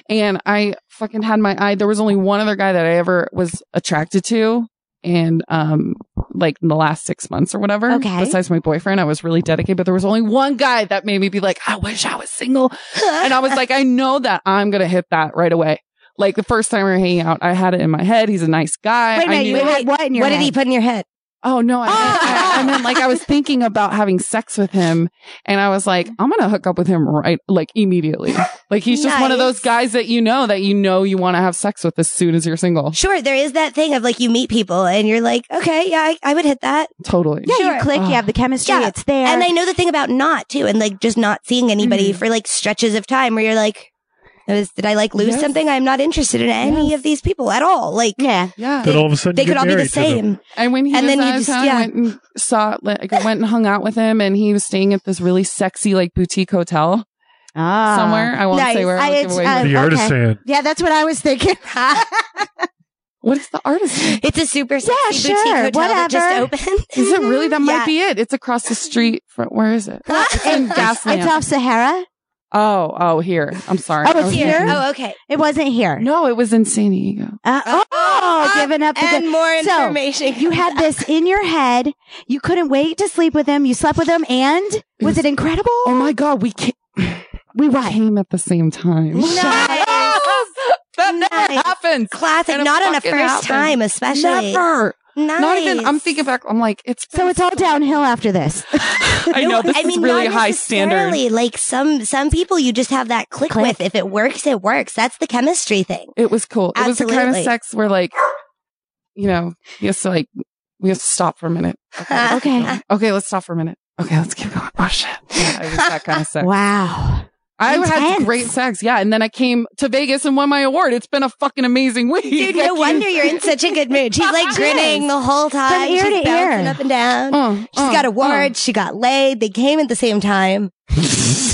[SPEAKER 6] And I fucking had my eye. There was only one other guy that I ever was attracted to. And, um, like in the last six months or whatever.
[SPEAKER 4] Okay.
[SPEAKER 6] Besides my boyfriend, I was really dedicated, but there was only one guy that made me be like, I wish I was single and I was like, I know that I'm gonna hit that right away. Like the first time we were hanging out, I had it in my head. He's a nice guy.
[SPEAKER 4] Wait a
[SPEAKER 6] I
[SPEAKER 4] minute.
[SPEAKER 6] knew-
[SPEAKER 4] You had what in your?
[SPEAKER 3] what did he
[SPEAKER 4] head?
[SPEAKER 3] put in your head?
[SPEAKER 6] oh no, I, I, I meant like I was thinking about having sex with him, and I was like, I'm gonna hook up with him right, like immediately. Like he's just one of
[SPEAKER 3] Nice.
[SPEAKER 6] those guys that you know that you know you want to have sex with as soon as you're single.
[SPEAKER 3] Sure, there is that thing of like you meet people and you're like, okay, yeah, I, I would hit that.
[SPEAKER 6] Totally.
[SPEAKER 4] Yeah,
[SPEAKER 3] Sure.
[SPEAKER 4] you click. You have the chemistry.
[SPEAKER 3] Yeah.
[SPEAKER 4] It's there.
[SPEAKER 3] And I know the thing about not too, and like just not seeing anybody for like stretches of time where you're like, "Oh, "Is- did I like lose
[SPEAKER 6] Yes.
[SPEAKER 3] something? I'm not interested in any of these people at all. Like
[SPEAKER 4] yeah.
[SPEAKER 6] Yeah.
[SPEAKER 7] Then all of a sudden
[SPEAKER 3] they
[SPEAKER 7] you
[SPEAKER 3] could
[SPEAKER 7] get
[SPEAKER 3] all be the
[SPEAKER 7] married to them.
[SPEAKER 3] same.
[SPEAKER 6] And when he
[SPEAKER 3] And
[SPEAKER 6] was
[SPEAKER 3] then you
[SPEAKER 6] out of
[SPEAKER 3] just-
[SPEAKER 6] town,
[SPEAKER 3] yeah.
[SPEAKER 6] I went and saw, like, I went and hung out with him, and he was staying at this really sexy, like, boutique hotel
[SPEAKER 4] Ah.
[SPEAKER 6] somewhere. I won't say
[SPEAKER 4] Nice.
[SPEAKER 6] where.
[SPEAKER 4] I-
[SPEAKER 6] I'll give away
[SPEAKER 4] uh,
[SPEAKER 7] The
[SPEAKER 6] the-
[SPEAKER 4] Okay.
[SPEAKER 7] artisan.
[SPEAKER 4] Yeah, that's what I was thinking.
[SPEAKER 6] What is the artist?
[SPEAKER 3] It's a super sexy
[SPEAKER 4] Yeah,
[SPEAKER 3] boutique
[SPEAKER 4] sure,
[SPEAKER 3] hotel that just
[SPEAKER 4] whatever.
[SPEAKER 3] opened.
[SPEAKER 6] Is it really? That
[SPEAKER 3] Yeah.
[SPEAKER 6] might be it. It's across the street from where is it? It's in
[SPEAKER 4] It's
[SPEAKER 6] Gaslamp.
[SPEAKER 4] off Sahara. oh,
[SPEAKER 6] Oh, oh, here. I'm sorry.
[SPEAKER 4] Oh,
[SPEAKER 6] I
[SPEAKER 4] it's
[SPEAKER 6] was
[SPEAKER 3] Here?
[SPEAKER 6] thinking-
[SPEAKER 3] Oh, okay.
[SPEAKER 4] It wasn't here.
[SPEAKER 6] No, it was in San Diego.
[SPEAKER 4] Uh, oh,
[SPEAKER 3] Up
[SPEAKER 4] giving up the
[SPEAKER 3] Um, and
[SPEAKER 4] good-
[SPEAKER 3] more
[SPEAKER 4] So,
[SPEAKER 3] information.
[SPEAKER 4] you had this in your head. You couldn't wait to sleep with him. You slept with him, and was it incredible?
[SPEAKER 6] Oh my God, we came,
[SPEAKER 4] we what?
[SPEAKER 6] came at the same time.
[SPEAKER 3] Nice.
[SPEAKER 6] That never
[SPEAKER 3] Nice.
[SPEAKER 6] happens.
[SPEAKER 3] Classic,
[SPEAKER 6] And it
[SPEAKER 3] not on a
[SPEAKER 6] fucking
[SPEAKER 3] first
[SPEAKER 6] happened.
[SPEAKER 3] time, especially.
[SPEAKER 6] Never.
[SPEAKER 3] Nice.
[SPEAKER 6] Not even. I'm thinking back. I'm like, it's
[SPEAKER 4] So it's all downhill after this.
[SPEAKER 6] I know this
[SPEAKER 3] I mean,
[SPEAKER 6] is really
[SPEAKER 3] not
[SPEAKER 6] high standard.
[SPEAKER 3] necessarily. Like some some people, you just have that click,
[SPEAKER 4] Click.
[SPEAKER 3] with. If it works, it works. That's the chemistry thing.
[SPEAKER 6] It was cool. It was the kind
[SPEAKER 3] Absolutely.
[SPEAKER 6] of sex where like, you know, you have to like, we have to stop for a minute. Okay. let's
[SPEAKER 4] Okay.
[SPEAKER 6] keep going. Okay, let's stop for a minute. Okay, let's keep going. Oh shit. Yeah, it was that kind of sex.
[SPEAKER 4] wow.
[SPEAKER 6] I
[SPEAKER 4] intense.
[SPEAKER 6] had great sex. Yeah. And then I came to Vegas and won my award. It's been a fucking amazing week.
[SPEAKER 3] Dude, no wonder you're in such a good mood. She's like grinning the whole time.
[SPEAKER 4] ear
[SPEAKER 3] She's
[SPEAKER 4] to
[SPEAKER 3] bouncing
[SPEAKER 4] ear.
[SPEAKER 3] up and down.
[SPEAKER 6] She's
[SPEAKER 3] She's got awards. She got laid. They came at the same time.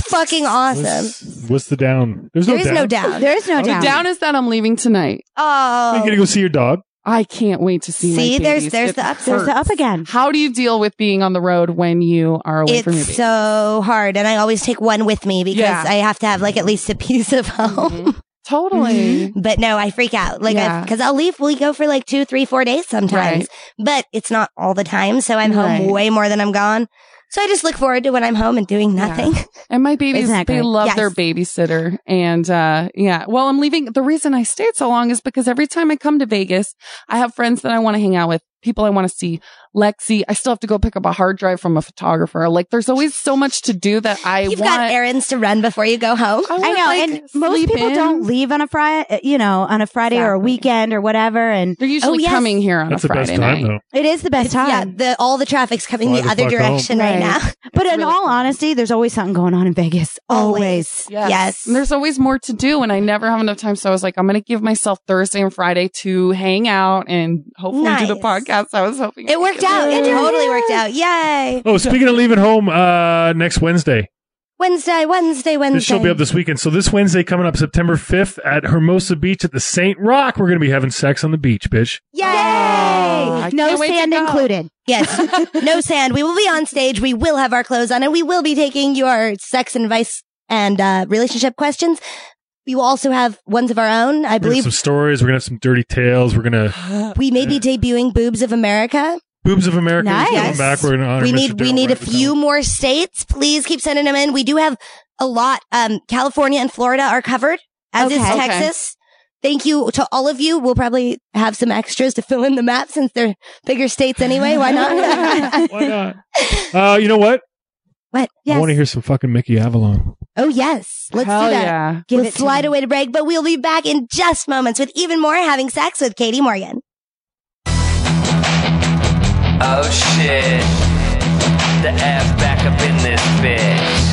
[SPEAKER 3] Fucking awesome.
[SPEAKER 7] What's, what's the down? There's
[SPEAKER 3] There
[SPEAKER 7] no
[SPEAKER 3] is
[SPEAKER 7] down.
[SPEAKER 3] no doubt.
[SPEAKER 4] There is no
[SPEAKER 6] The
[SPEAKER 4] doubt.
[SPEAKER 6] uh. down is that I'm leaving tonight.
[SPEAKER 7] Are you
[SPEAKER 3] Oh,
[SPEAKER 7] gonna go see your dog?
[SPEAKER 6] I can't wait to see, my
[SPEAKER 3] See, there's-
[SPEAKER 6] babies.
[SPEAKER 3] there's
[SPEAKER 6] It
[SPEAKER 3] the up-
[SPEAKER 4] There's the up
[SPEAKER 6] hurts.
[SPEAKER 4] again.
[SPEAKER 6] How do you deal with being on the road when you are away from your
[SPEAKER 3] it's
[SPEAKER 6] baby?
[SPEAKER 3] so hard, and I always take one with me because
[SPEAKER 6] Yeah.
[SPEAKER 3] I have to have like at least a piece of home.
[SPEAKER 6] Mhm. Totally.
[SPEAKER 3] But no, I freak out. Like,
[SPEAKER 6] Yeah.
[SPEAKER 3] because I'll leave, we go for like two, three, four days sometimes,
[SPEAKER 6] Right.
[SPEAKER 3] but it's not all the time. So I'm home
[SPEAKER 6] Right.
[SPEAKER 3] way more than I'm gone. So I just look forward to when I'm home and doing
[SPEAKER 6] Yeah.
[SPEAKER 3] nothing.
[SPEAKER 6] And my babies,
[SPEAKER 4] Isn't that
[SPEAKER 6] they
[SPEAKER 4] great?
[SPEAKER 6] love
[SPEAKER 3] Yes.
[SPEAKER 6] their babysitter. And, uh, yeah. Well, I'm leaving. The reason I stayed so long is because every time I come to Vegas, I have friends that I want to hang out with, people I want to see. Lexi, I still have to go pick up a hard drive from a photographer. Like there's always so much to do that I
[SPEAKER 3] You've
[SPEAKER 6] want.
[SPEAKER 3] got errands to run before you go home.
[SPEAKER 6] I
[SPEAKER 4] I
[SPEAKER 6] wanna,
[SPEAKER 4] know,
[SPEAKER 6] like,
[SPEAKER 4] and most
[SPEAKER 6] sleep
[SPEAKER 4] people
[SPEAKER 6] in.
[SPEAKER 4] don't leave on a Friday, you know, on a Friday or a
[SPEAKER 6] Exactly.
[SPEAKER 4] weekend or whatever. And
[SPEAKER 6] They're usually
[SPEAKER 3] Oh, yes.
[SPEAKER 6] coming here on
[SPEAKER 7] That's
[SPEAKER 6] a
[SPEAKER 7] the best
[SPEAKER 6] Friday
[SPEAKER 7] time,
[SPEAKER 6] night.
[SPEAKER 7] though.
[SPEAKER 4] it is the best time.
[SPEAKER 3] Yeah, the all the traffic's coming
[SPEAKER 7] Fly
[SPEAKER 3] the
[SPEAKER 7] the
[SPEAKER 3] other
[SPEAKER 7] fuck
[SPEAKER 3] direction right,
[SPEAKER 4] Right.
[SPEAKER 3] now.
[SPEAKER 4] but in
[SPEAKER 6] really
[SPEAKER 4] all
[SPEAKER 6] fun.
[SPEAKER 4] honesty, there's always something going on in Vegas. Always.
[SPEAKER 6] Yes.
[SPEAKER 3] Yes.
[SPEAKER 6] And there's always more to do, and I never have enough time. So I was like, I'm going to give myself Thursday and Friday to hang out and hopefully do the
[SPEAKER 3] Nice.
[SPEAKER 6] podcast I was hoping.
[SPEAKER 3] It worked out. It totally worked out. Yay.
[SPEAKER 7] Oh, speaking of leaving home, uh, next Wednesday.
[SPEAKER 3] Wednesday, Wednesday, Wednesday.
[SPEAKER 7] This show will be up this weekend. So this Wednesday coming up, September 5th at Hermosa Beach at the St. Rock, we're going to be having sex on the beach, bitch.
[SPEAKER 3] Yay.
[SPEAKER 6] I
[SPEAKER 4] No
[SPEAKER 6] can't wait to
[SPEAKER 4] sand
[SPEAKER 6] go.
[SPEAKER 4] included.
[SPEAKER 3] Yes. no sand. We will be on stage. We will have our clothes on and we will be taking your sex and advice and uh, relationship questions. We will also have ones of our own. I
[SPEAKER 7] We're going to have
[SPEAKER 3] believe
[SPEAKER 7] some stories. We're going to have some dirty tales. We're going to
[SPEAKER 3] we may be debuting Boobs of America.
[SPEAKER 7] Boobs of America is
[SPEAKER 4] Nice.
[SPEAKER 7] coming back. We're going to honor
[SPEAKER 3] we
[SPEAKER 7] Mr.
[SPEAKER 3] need we
[SPEAKER 7] Daryl
[SPEAKER 3] need a
[SPEAKER 7] Robertson.
[SPEAKER 3] few more states. Please keep sending them in. We do have a lot. Um, California and Florida are covered, as is
[SPEAKER 4] Okay.
[SPEAKER 6] Okay.
[SPEAKER 3] Texas. Thank you to all of you. We'll probably have some extras to fill in the map since they're bigger states anyway. Why not?
[SPEAKER 7] Why not? Uh, you know what?
[SPEAKER 3] what?
[SPEAKER 7] I want to
[SPEAKER 3] Yes.
[SPEAKER 7] hear some fucking Mickey Avalon.
[SPEAKER 3] Oh yes. Let's
[SPEAKER 6] Hell
[SPEAKER 3] do that.
[SPEAKER 6] yeah.
[SPEAKER 4] Give
[SPEAKER 3] Let's
[SPEAKER 4] it to
[SPEAKER 3] slide
[SPEAKER 4] me.
[SPEAKER 3] away to break, but we'll be back in just moments with even more having sex with Katie Morgan.
[SPEAKER 8] Oh shit. The ass back up in this bitch.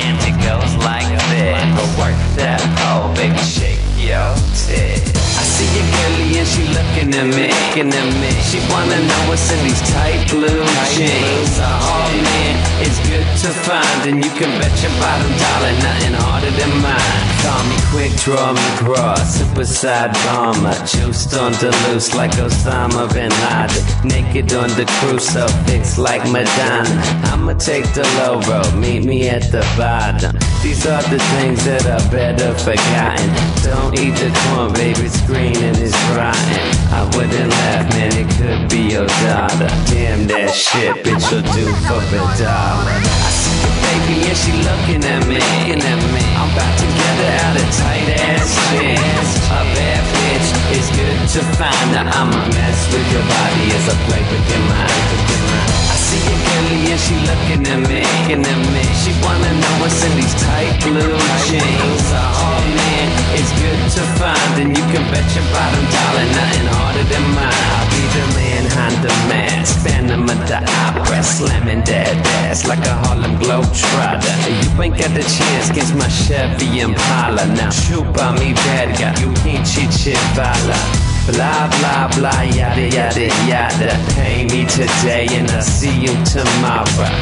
[SPEAKER 8] And it goes like this. Work that whole baby shake your tit. I see your girlie and she looking at me, looking at me. She wanna know what's in these tight blue jeans. Oh man, it's good to find, and you can bet your bottom dollar nothing harder than mine. Call me quick draw me draw, super side bomber, juiced on the loose like Osama bin Laden, naked on the cruiser, fixed like Madonna. I'ma take the low road, meet me at the bottom. These are the things that are better forgotten. Don't eat the corn, baby, it's green and it's rotten. I wouldn't laugh, man, it could be your daughter. Damn that shit, bitch, you'll do for a dollar. I see your baby and she looking at me, looking at me. I'm about to get her out of tight ass jeans. A bad bitch is good to find. Now I'm a mess with your body as I play with your mind. With your mind. I see your girlie and she looking at me, looking at me. She wanna know what's in these tight blue jeans. Oh man, it's good to find, and you can bet your bottom dollar nothing harder than mine. I'll be the man behind the mask, phantom of the opera, slamming that ass like a Harlem Globetrotter. You ain't got the chance against my Chevy Impala. Now shoot by me, bad guy. You can't cheat shit, Vala. Blah blah blah yada yada yada. Pay me today and I'll see you tomorrow.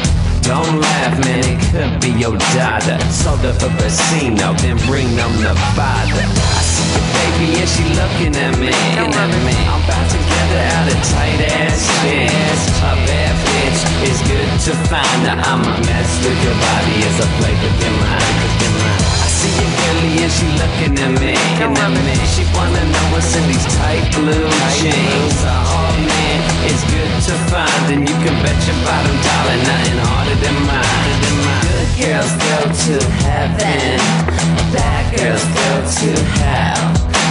[SPEAKER 8] Don't laugh, man, it could be your daughter. Sold up a casino, then bring them the father. I see your baby and she looking at me. Looking at me. I'm about to get her out of tight ass jeans. A bad bitch is good to find. Now I'm a mess with your body as I play with your mind. With your mind. I see your girlie and she looking at me. Looking at me. She wanna know what's in these tight blue jeans. Oh man, it's good to find, and you can bet your bottom dollar nothing harder than mine. Than mine. Good girls go to heaven, bad girls go to hell.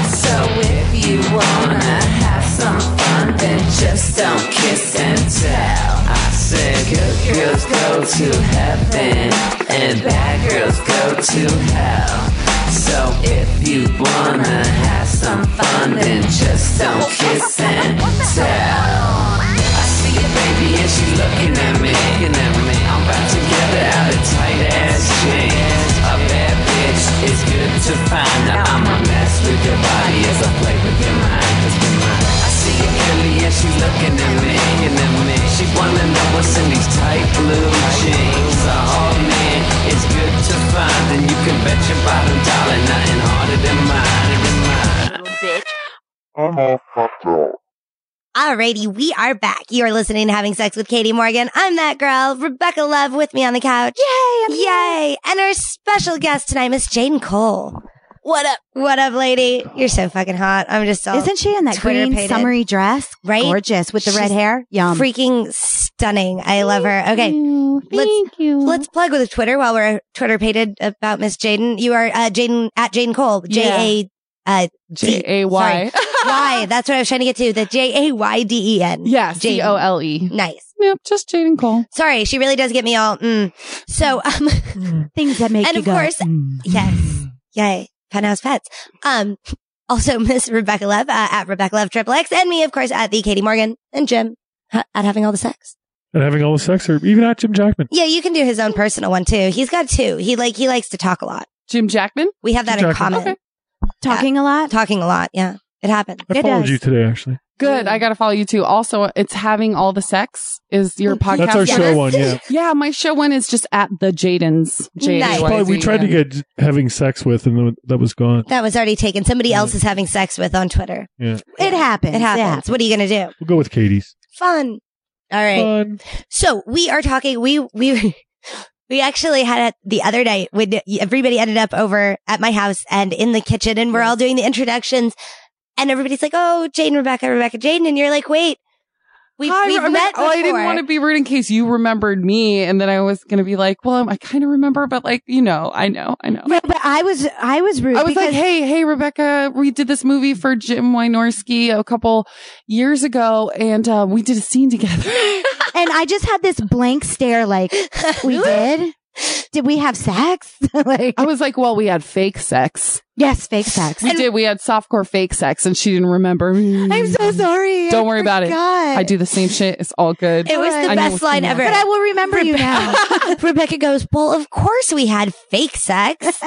[SPEAKER 8] So if you wanna have some fun, then just don't kiss and tell. I said good girls go to heaven, and bad girls go to hell. So if you wanna have some fun, then just don't kiss and tell. I see your baby and she's looking at me, looking at me. I'm about to get her out of tight ass jeans. A bad bitch is good to find. Now I'm a mess with your body as I play with your mind. With your mind. I see your girlie and she's looking at me, looking at me. She wanna know what's in these tight blue jeans. Oh man, it's good to find, and you can bet your bottom dollar nothing harder than mine. Than mine.
[SPEAKER 3] Alrighty, we are back. You're listening to Having Sex with Katie Morgan. I'm that girl, Rebecca Love, with me on the couch. Yay! Yay! And our special guest tonight, Miss Jaden Cole. What up? What up, lady? You're so fucking hot. I'm just all
[SPEAKER 4] Isn't she in that
[SPEAKER 3] Oh. Twitter
[SPEAKER 4] green
[SPEAKER 3] pated.
[SPEAKER 4] summery dress?
[SPEAKER 3] Right?
[SPEAKER 4] Gorgeous with the red
[SPEAKER 3] She's
[SPEAKER 4] hair. Yum.
[SPEAKER 3] freaking stunning. I love her. Okay. let's-
[SPEAKER 6] Thank Um, you.
[SPEAKER 3] Let's plug with Twitter while we're Twitter pated about Miss Jaden. You are uh, Jaden at Jaden Cole,
[SPEAKER 6] Yeah.
[SPEAKER 3] J A Uh,
[SPEAKER 6] J A Y.
[SPEAKER 3] sorry. Why? That's what I was trying to get to. The J A Y D E N.
[SPEAKER 6] Yes.
[SPEAKER 3] Jaden.
[SPEAKER 6] G O L E.
[SPEAKER 3] Nice.
[SPEAKER 6] Yep. Just Jaden Cole.
[SPEAKER 3] Sorry, she really does get me all. Mm. So, um,
[SPEAKER 4] Things that make
[SPEAKER 3] And
[SPEAKER 4] you
[SPEAKER 3] of
[SPEAKER 4] go,
[SPEAKER 3] course-
[SPEAKER 4] "Mm."
[SPEAKER 3] yes, yay, Penthouse Pets. Um, also Miss Rebecca Love uh, at Rebecca Love Triple X, and me, of course, at the Katie Morgan and Jim ha- at having all the sex.
[SPEAKER 7] and having all the sex, or even at Jim Jackman.
[SPEAKER 3] Yeah, you can do his own personal one too. He's got two. He like he likes to talk a lot.
[SPEAKER 6] Jim Jackman.
[SPEAKER 3] We have that in
[SPEAKER 7] Talking.
[SPEAKER 3] common.
[SPEAKER 6] Okay.
[SPEAKER 4] Talking a lot.
[SPEAKER 3] Talking a lot. Yeah, it happens.
[SPEAKER 7] I
[SPEAKER 4] It
[SPEAKER 7] followed
[SPEAKER 4] does.
[SPEAKER 7] you today, actually.
[SPEAKER 6] Good. I got to follow you too. Also, it's having all the sex is your podcast.
[SPEAKER 7] That's our
[SPEAKER 3] Yeah.
[SPEAKER 7] show one. Yeah,
[SPEAKER 6] Yeah, my show one is just at the Jadens.
[SPEAKER 3] Nice.
[SPEAKER 7] Probably we tried to get j- having sex with, and then that was gone.
[SPEAKER 3] That was already taken. Somebody else is having sex with on Twitter.
[SPEAKER 7] Yeah,
[SPEAKER 4] It happens.
[SPEAKER 3] It happens. What are you gonna do?
[SPEAKER 7] we'll go with Katie's.
[SPEAKER 3] Fun. All right.
[SPEAKER 7] Fun.
[SPEAKER 3] So we are talking. We we we actually had it the other night when everybody ended up over at my house and in the kitchen, and we're all doing the introductions, and everybody's like, "Oh, Jaden, Rebecca, Rebecca, Jaden," and you're like, "Wait, we've,
[SPEAKER 6] Hi,
[SPEAKER 3] we've
[SPEAKER 6] Robert.
[SPEAKER 3] met
[SPEAKER 6] Oh,
[SPEAKER 3] before."
[SPEAKER 6] I didn't want to be rude in case you remembered me, and then I was gonna be like, "Well, I kind of remember, but like, you know, I know, I know."
[SPEAKER 4] No, but I was I was rude.
[SPEAKER 6] I was like,
[SPEAKER 4] because-
[SPEAKER 6] "Hey, hey, Rebecca, we did this movie for Jim Wynorski a couple years ago, and uh, we did a scene together."
[SPEAKER 4] and I just had this blank stare, like we did. Did we have sex? like
[SPEAKER 6] I was like, "Well, we had fake sex.
[SPEAKER 4] yes, fake sex.
[SPEAKER 6] We did. We had softcore fake sex, and she didn't remember."
[SPEAKER 4] I'm so sorry.
[SPEAKER 6] Don't
[SPEAKER 4] I
[SPEAKER 6] worry about it.
[SPEAKER 4] forgot.
[SPEAKER 6] I do the same shit. It's all good.
[SPEAKER 3] It was the
[SPEAKER 6] I know
[SPEAKER 3] best
[SPEAKER 6] what
[SPEAKER 3] line
[SPEAKER 6] you meant.
[SPEAKER 3] ever.
[SPEAKER 4] but I will remember you now.
[SPEAKER 3] Rebecca goes, "Well, of course we had fake sex.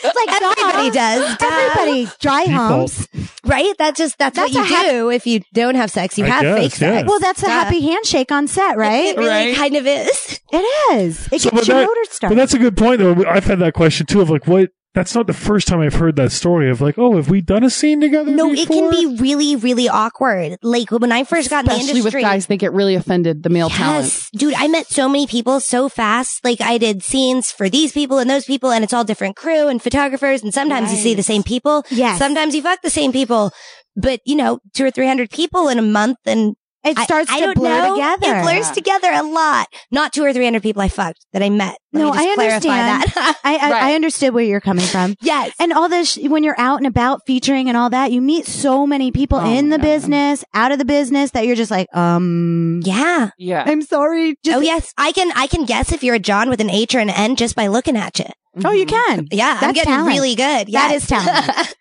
[SPEAKER 4] It's like duh.
[SPEAKER 3] Everybody does. duh.
[SPEAKER 4] Everybody dry
[SPEAKER 7] Default.
[SPEAKER 4] humps.
[SPEAKER 3] right? That's just that's,
[SPEAKER 4] That's
[SPEAKER 3] what
[SPEAKER 4] a
[SPEAKER 3] you
[SPEAKER 4] hap-
[SPEAKER 3] do if you don't have sex. You
[SPEAKER 7] I
[SPEAKER 3] have
[SPEAKER 7] guess,
[SPEAKER 3] fake sex.
[SPEAKER 7] yeah.
[SPEAKER 4] Well, that's a
[SPEAKER 3] Duh.
[SPEAKER 4] happy handshake on set,
[SPEAKER 3] It
[SPEAKER 4] right?
[SPEAKER 3] really
[SPEAKER 6] Right.
[SPEAKER 3] kind of is.
[SPEAKER 4] It is. It
[SPEAKER 7] So,
[SPEAKER 4] gets
[SPEAKER 7] but
[SPEAKER 4] your
[SPEAKER 7] that-
[SPEAKER 4] motor
[SPEAKER 7] But
[SPEAKER 4] started.
[SPEAKER 7] that's a good point, though. I've had that question too. Of like, what? That's not the first time I've heard that story. Of like, oh, have we done a scene together?
[SPEAKER 3] No, it
[SPEAKER 7] before?
[SPEAKER 3] can be really, really awkward. Like when I first got in the
[SPEAKER 6] Especially with
[SPEAKER 3] industry,
[SPEAKER 6] guys, they get really offended. The male talent.
[SPEAKER 3] Yes, dude, I met so many people so fast. Like I did scenes for these people and those people, and it's all different crew and photographers. And sometimes you see the same people.
[SPEAKER 4] Yes.
[SPEAKER 3] Sometimes you fuck the same people. But you know, two or three hundred people in a month, and
[SPEAKER 4] it
[SPEAKER 3] I-
[SPEAKER 4] starts
[SPEAKER 3] I,
[SPEAKER 4] to
[SPEAKER 3] don't
[SPEAKER 4] blur
[SPEAKER 3] know.
[SPEAKER 4] together.
[SPEAKER 3] It blurs
[SPEAKER 6] Yeah.
[SPEAKER 3] together a lot. Not two or three hundred people I fucked that I met. Let
[SPEAKER 4] No,
[SPEAKER 3] me just
[SPEAKER 4] I
[SPEAKER 3] clarify
[SPEAKER 4] understand.
[SPEAKER 3] that.
[SPEAKER 4] I, I,
[SPEAKER 6] Right.
[SPEAKER 4] I understood where you're coming from.
[SPEAKER 3] yes.
[SPEAKER 4] And all this, when you're out and about featuring and all that, you meet so many people
[SPEAKER 6] Oh
[SPEAKER 4] in
[SPEAKER 6] my
[SPEAKER 4] the
[SPEAKER 6] God.
[SPEAKER 4] business, out of the business, that you're just like, um,
[SPEAKER 3] Yeah.
[SPEAKER 6] Yeah.
[SPEAKER 4] I'm sorry. Just,
[SPEAKER 3] oh yes, I can. I can guess if you're a John with an H or an N just by looking at you.
[SPEAKER 4] Oh,
[SPEAKER 6] Mm-hmm.
[SPEAKER 4] you can.
[SPEAKER 3] Yeah, I'm
[SPEAKER 4] That's
[SPEAKER 3] getting
[SPEAKER 4] talent.
[SPEAKER 3] really good.
[SPEAKER 4] That
[SPEAKER 3] Yes.
[SPEAKER 4] is talent.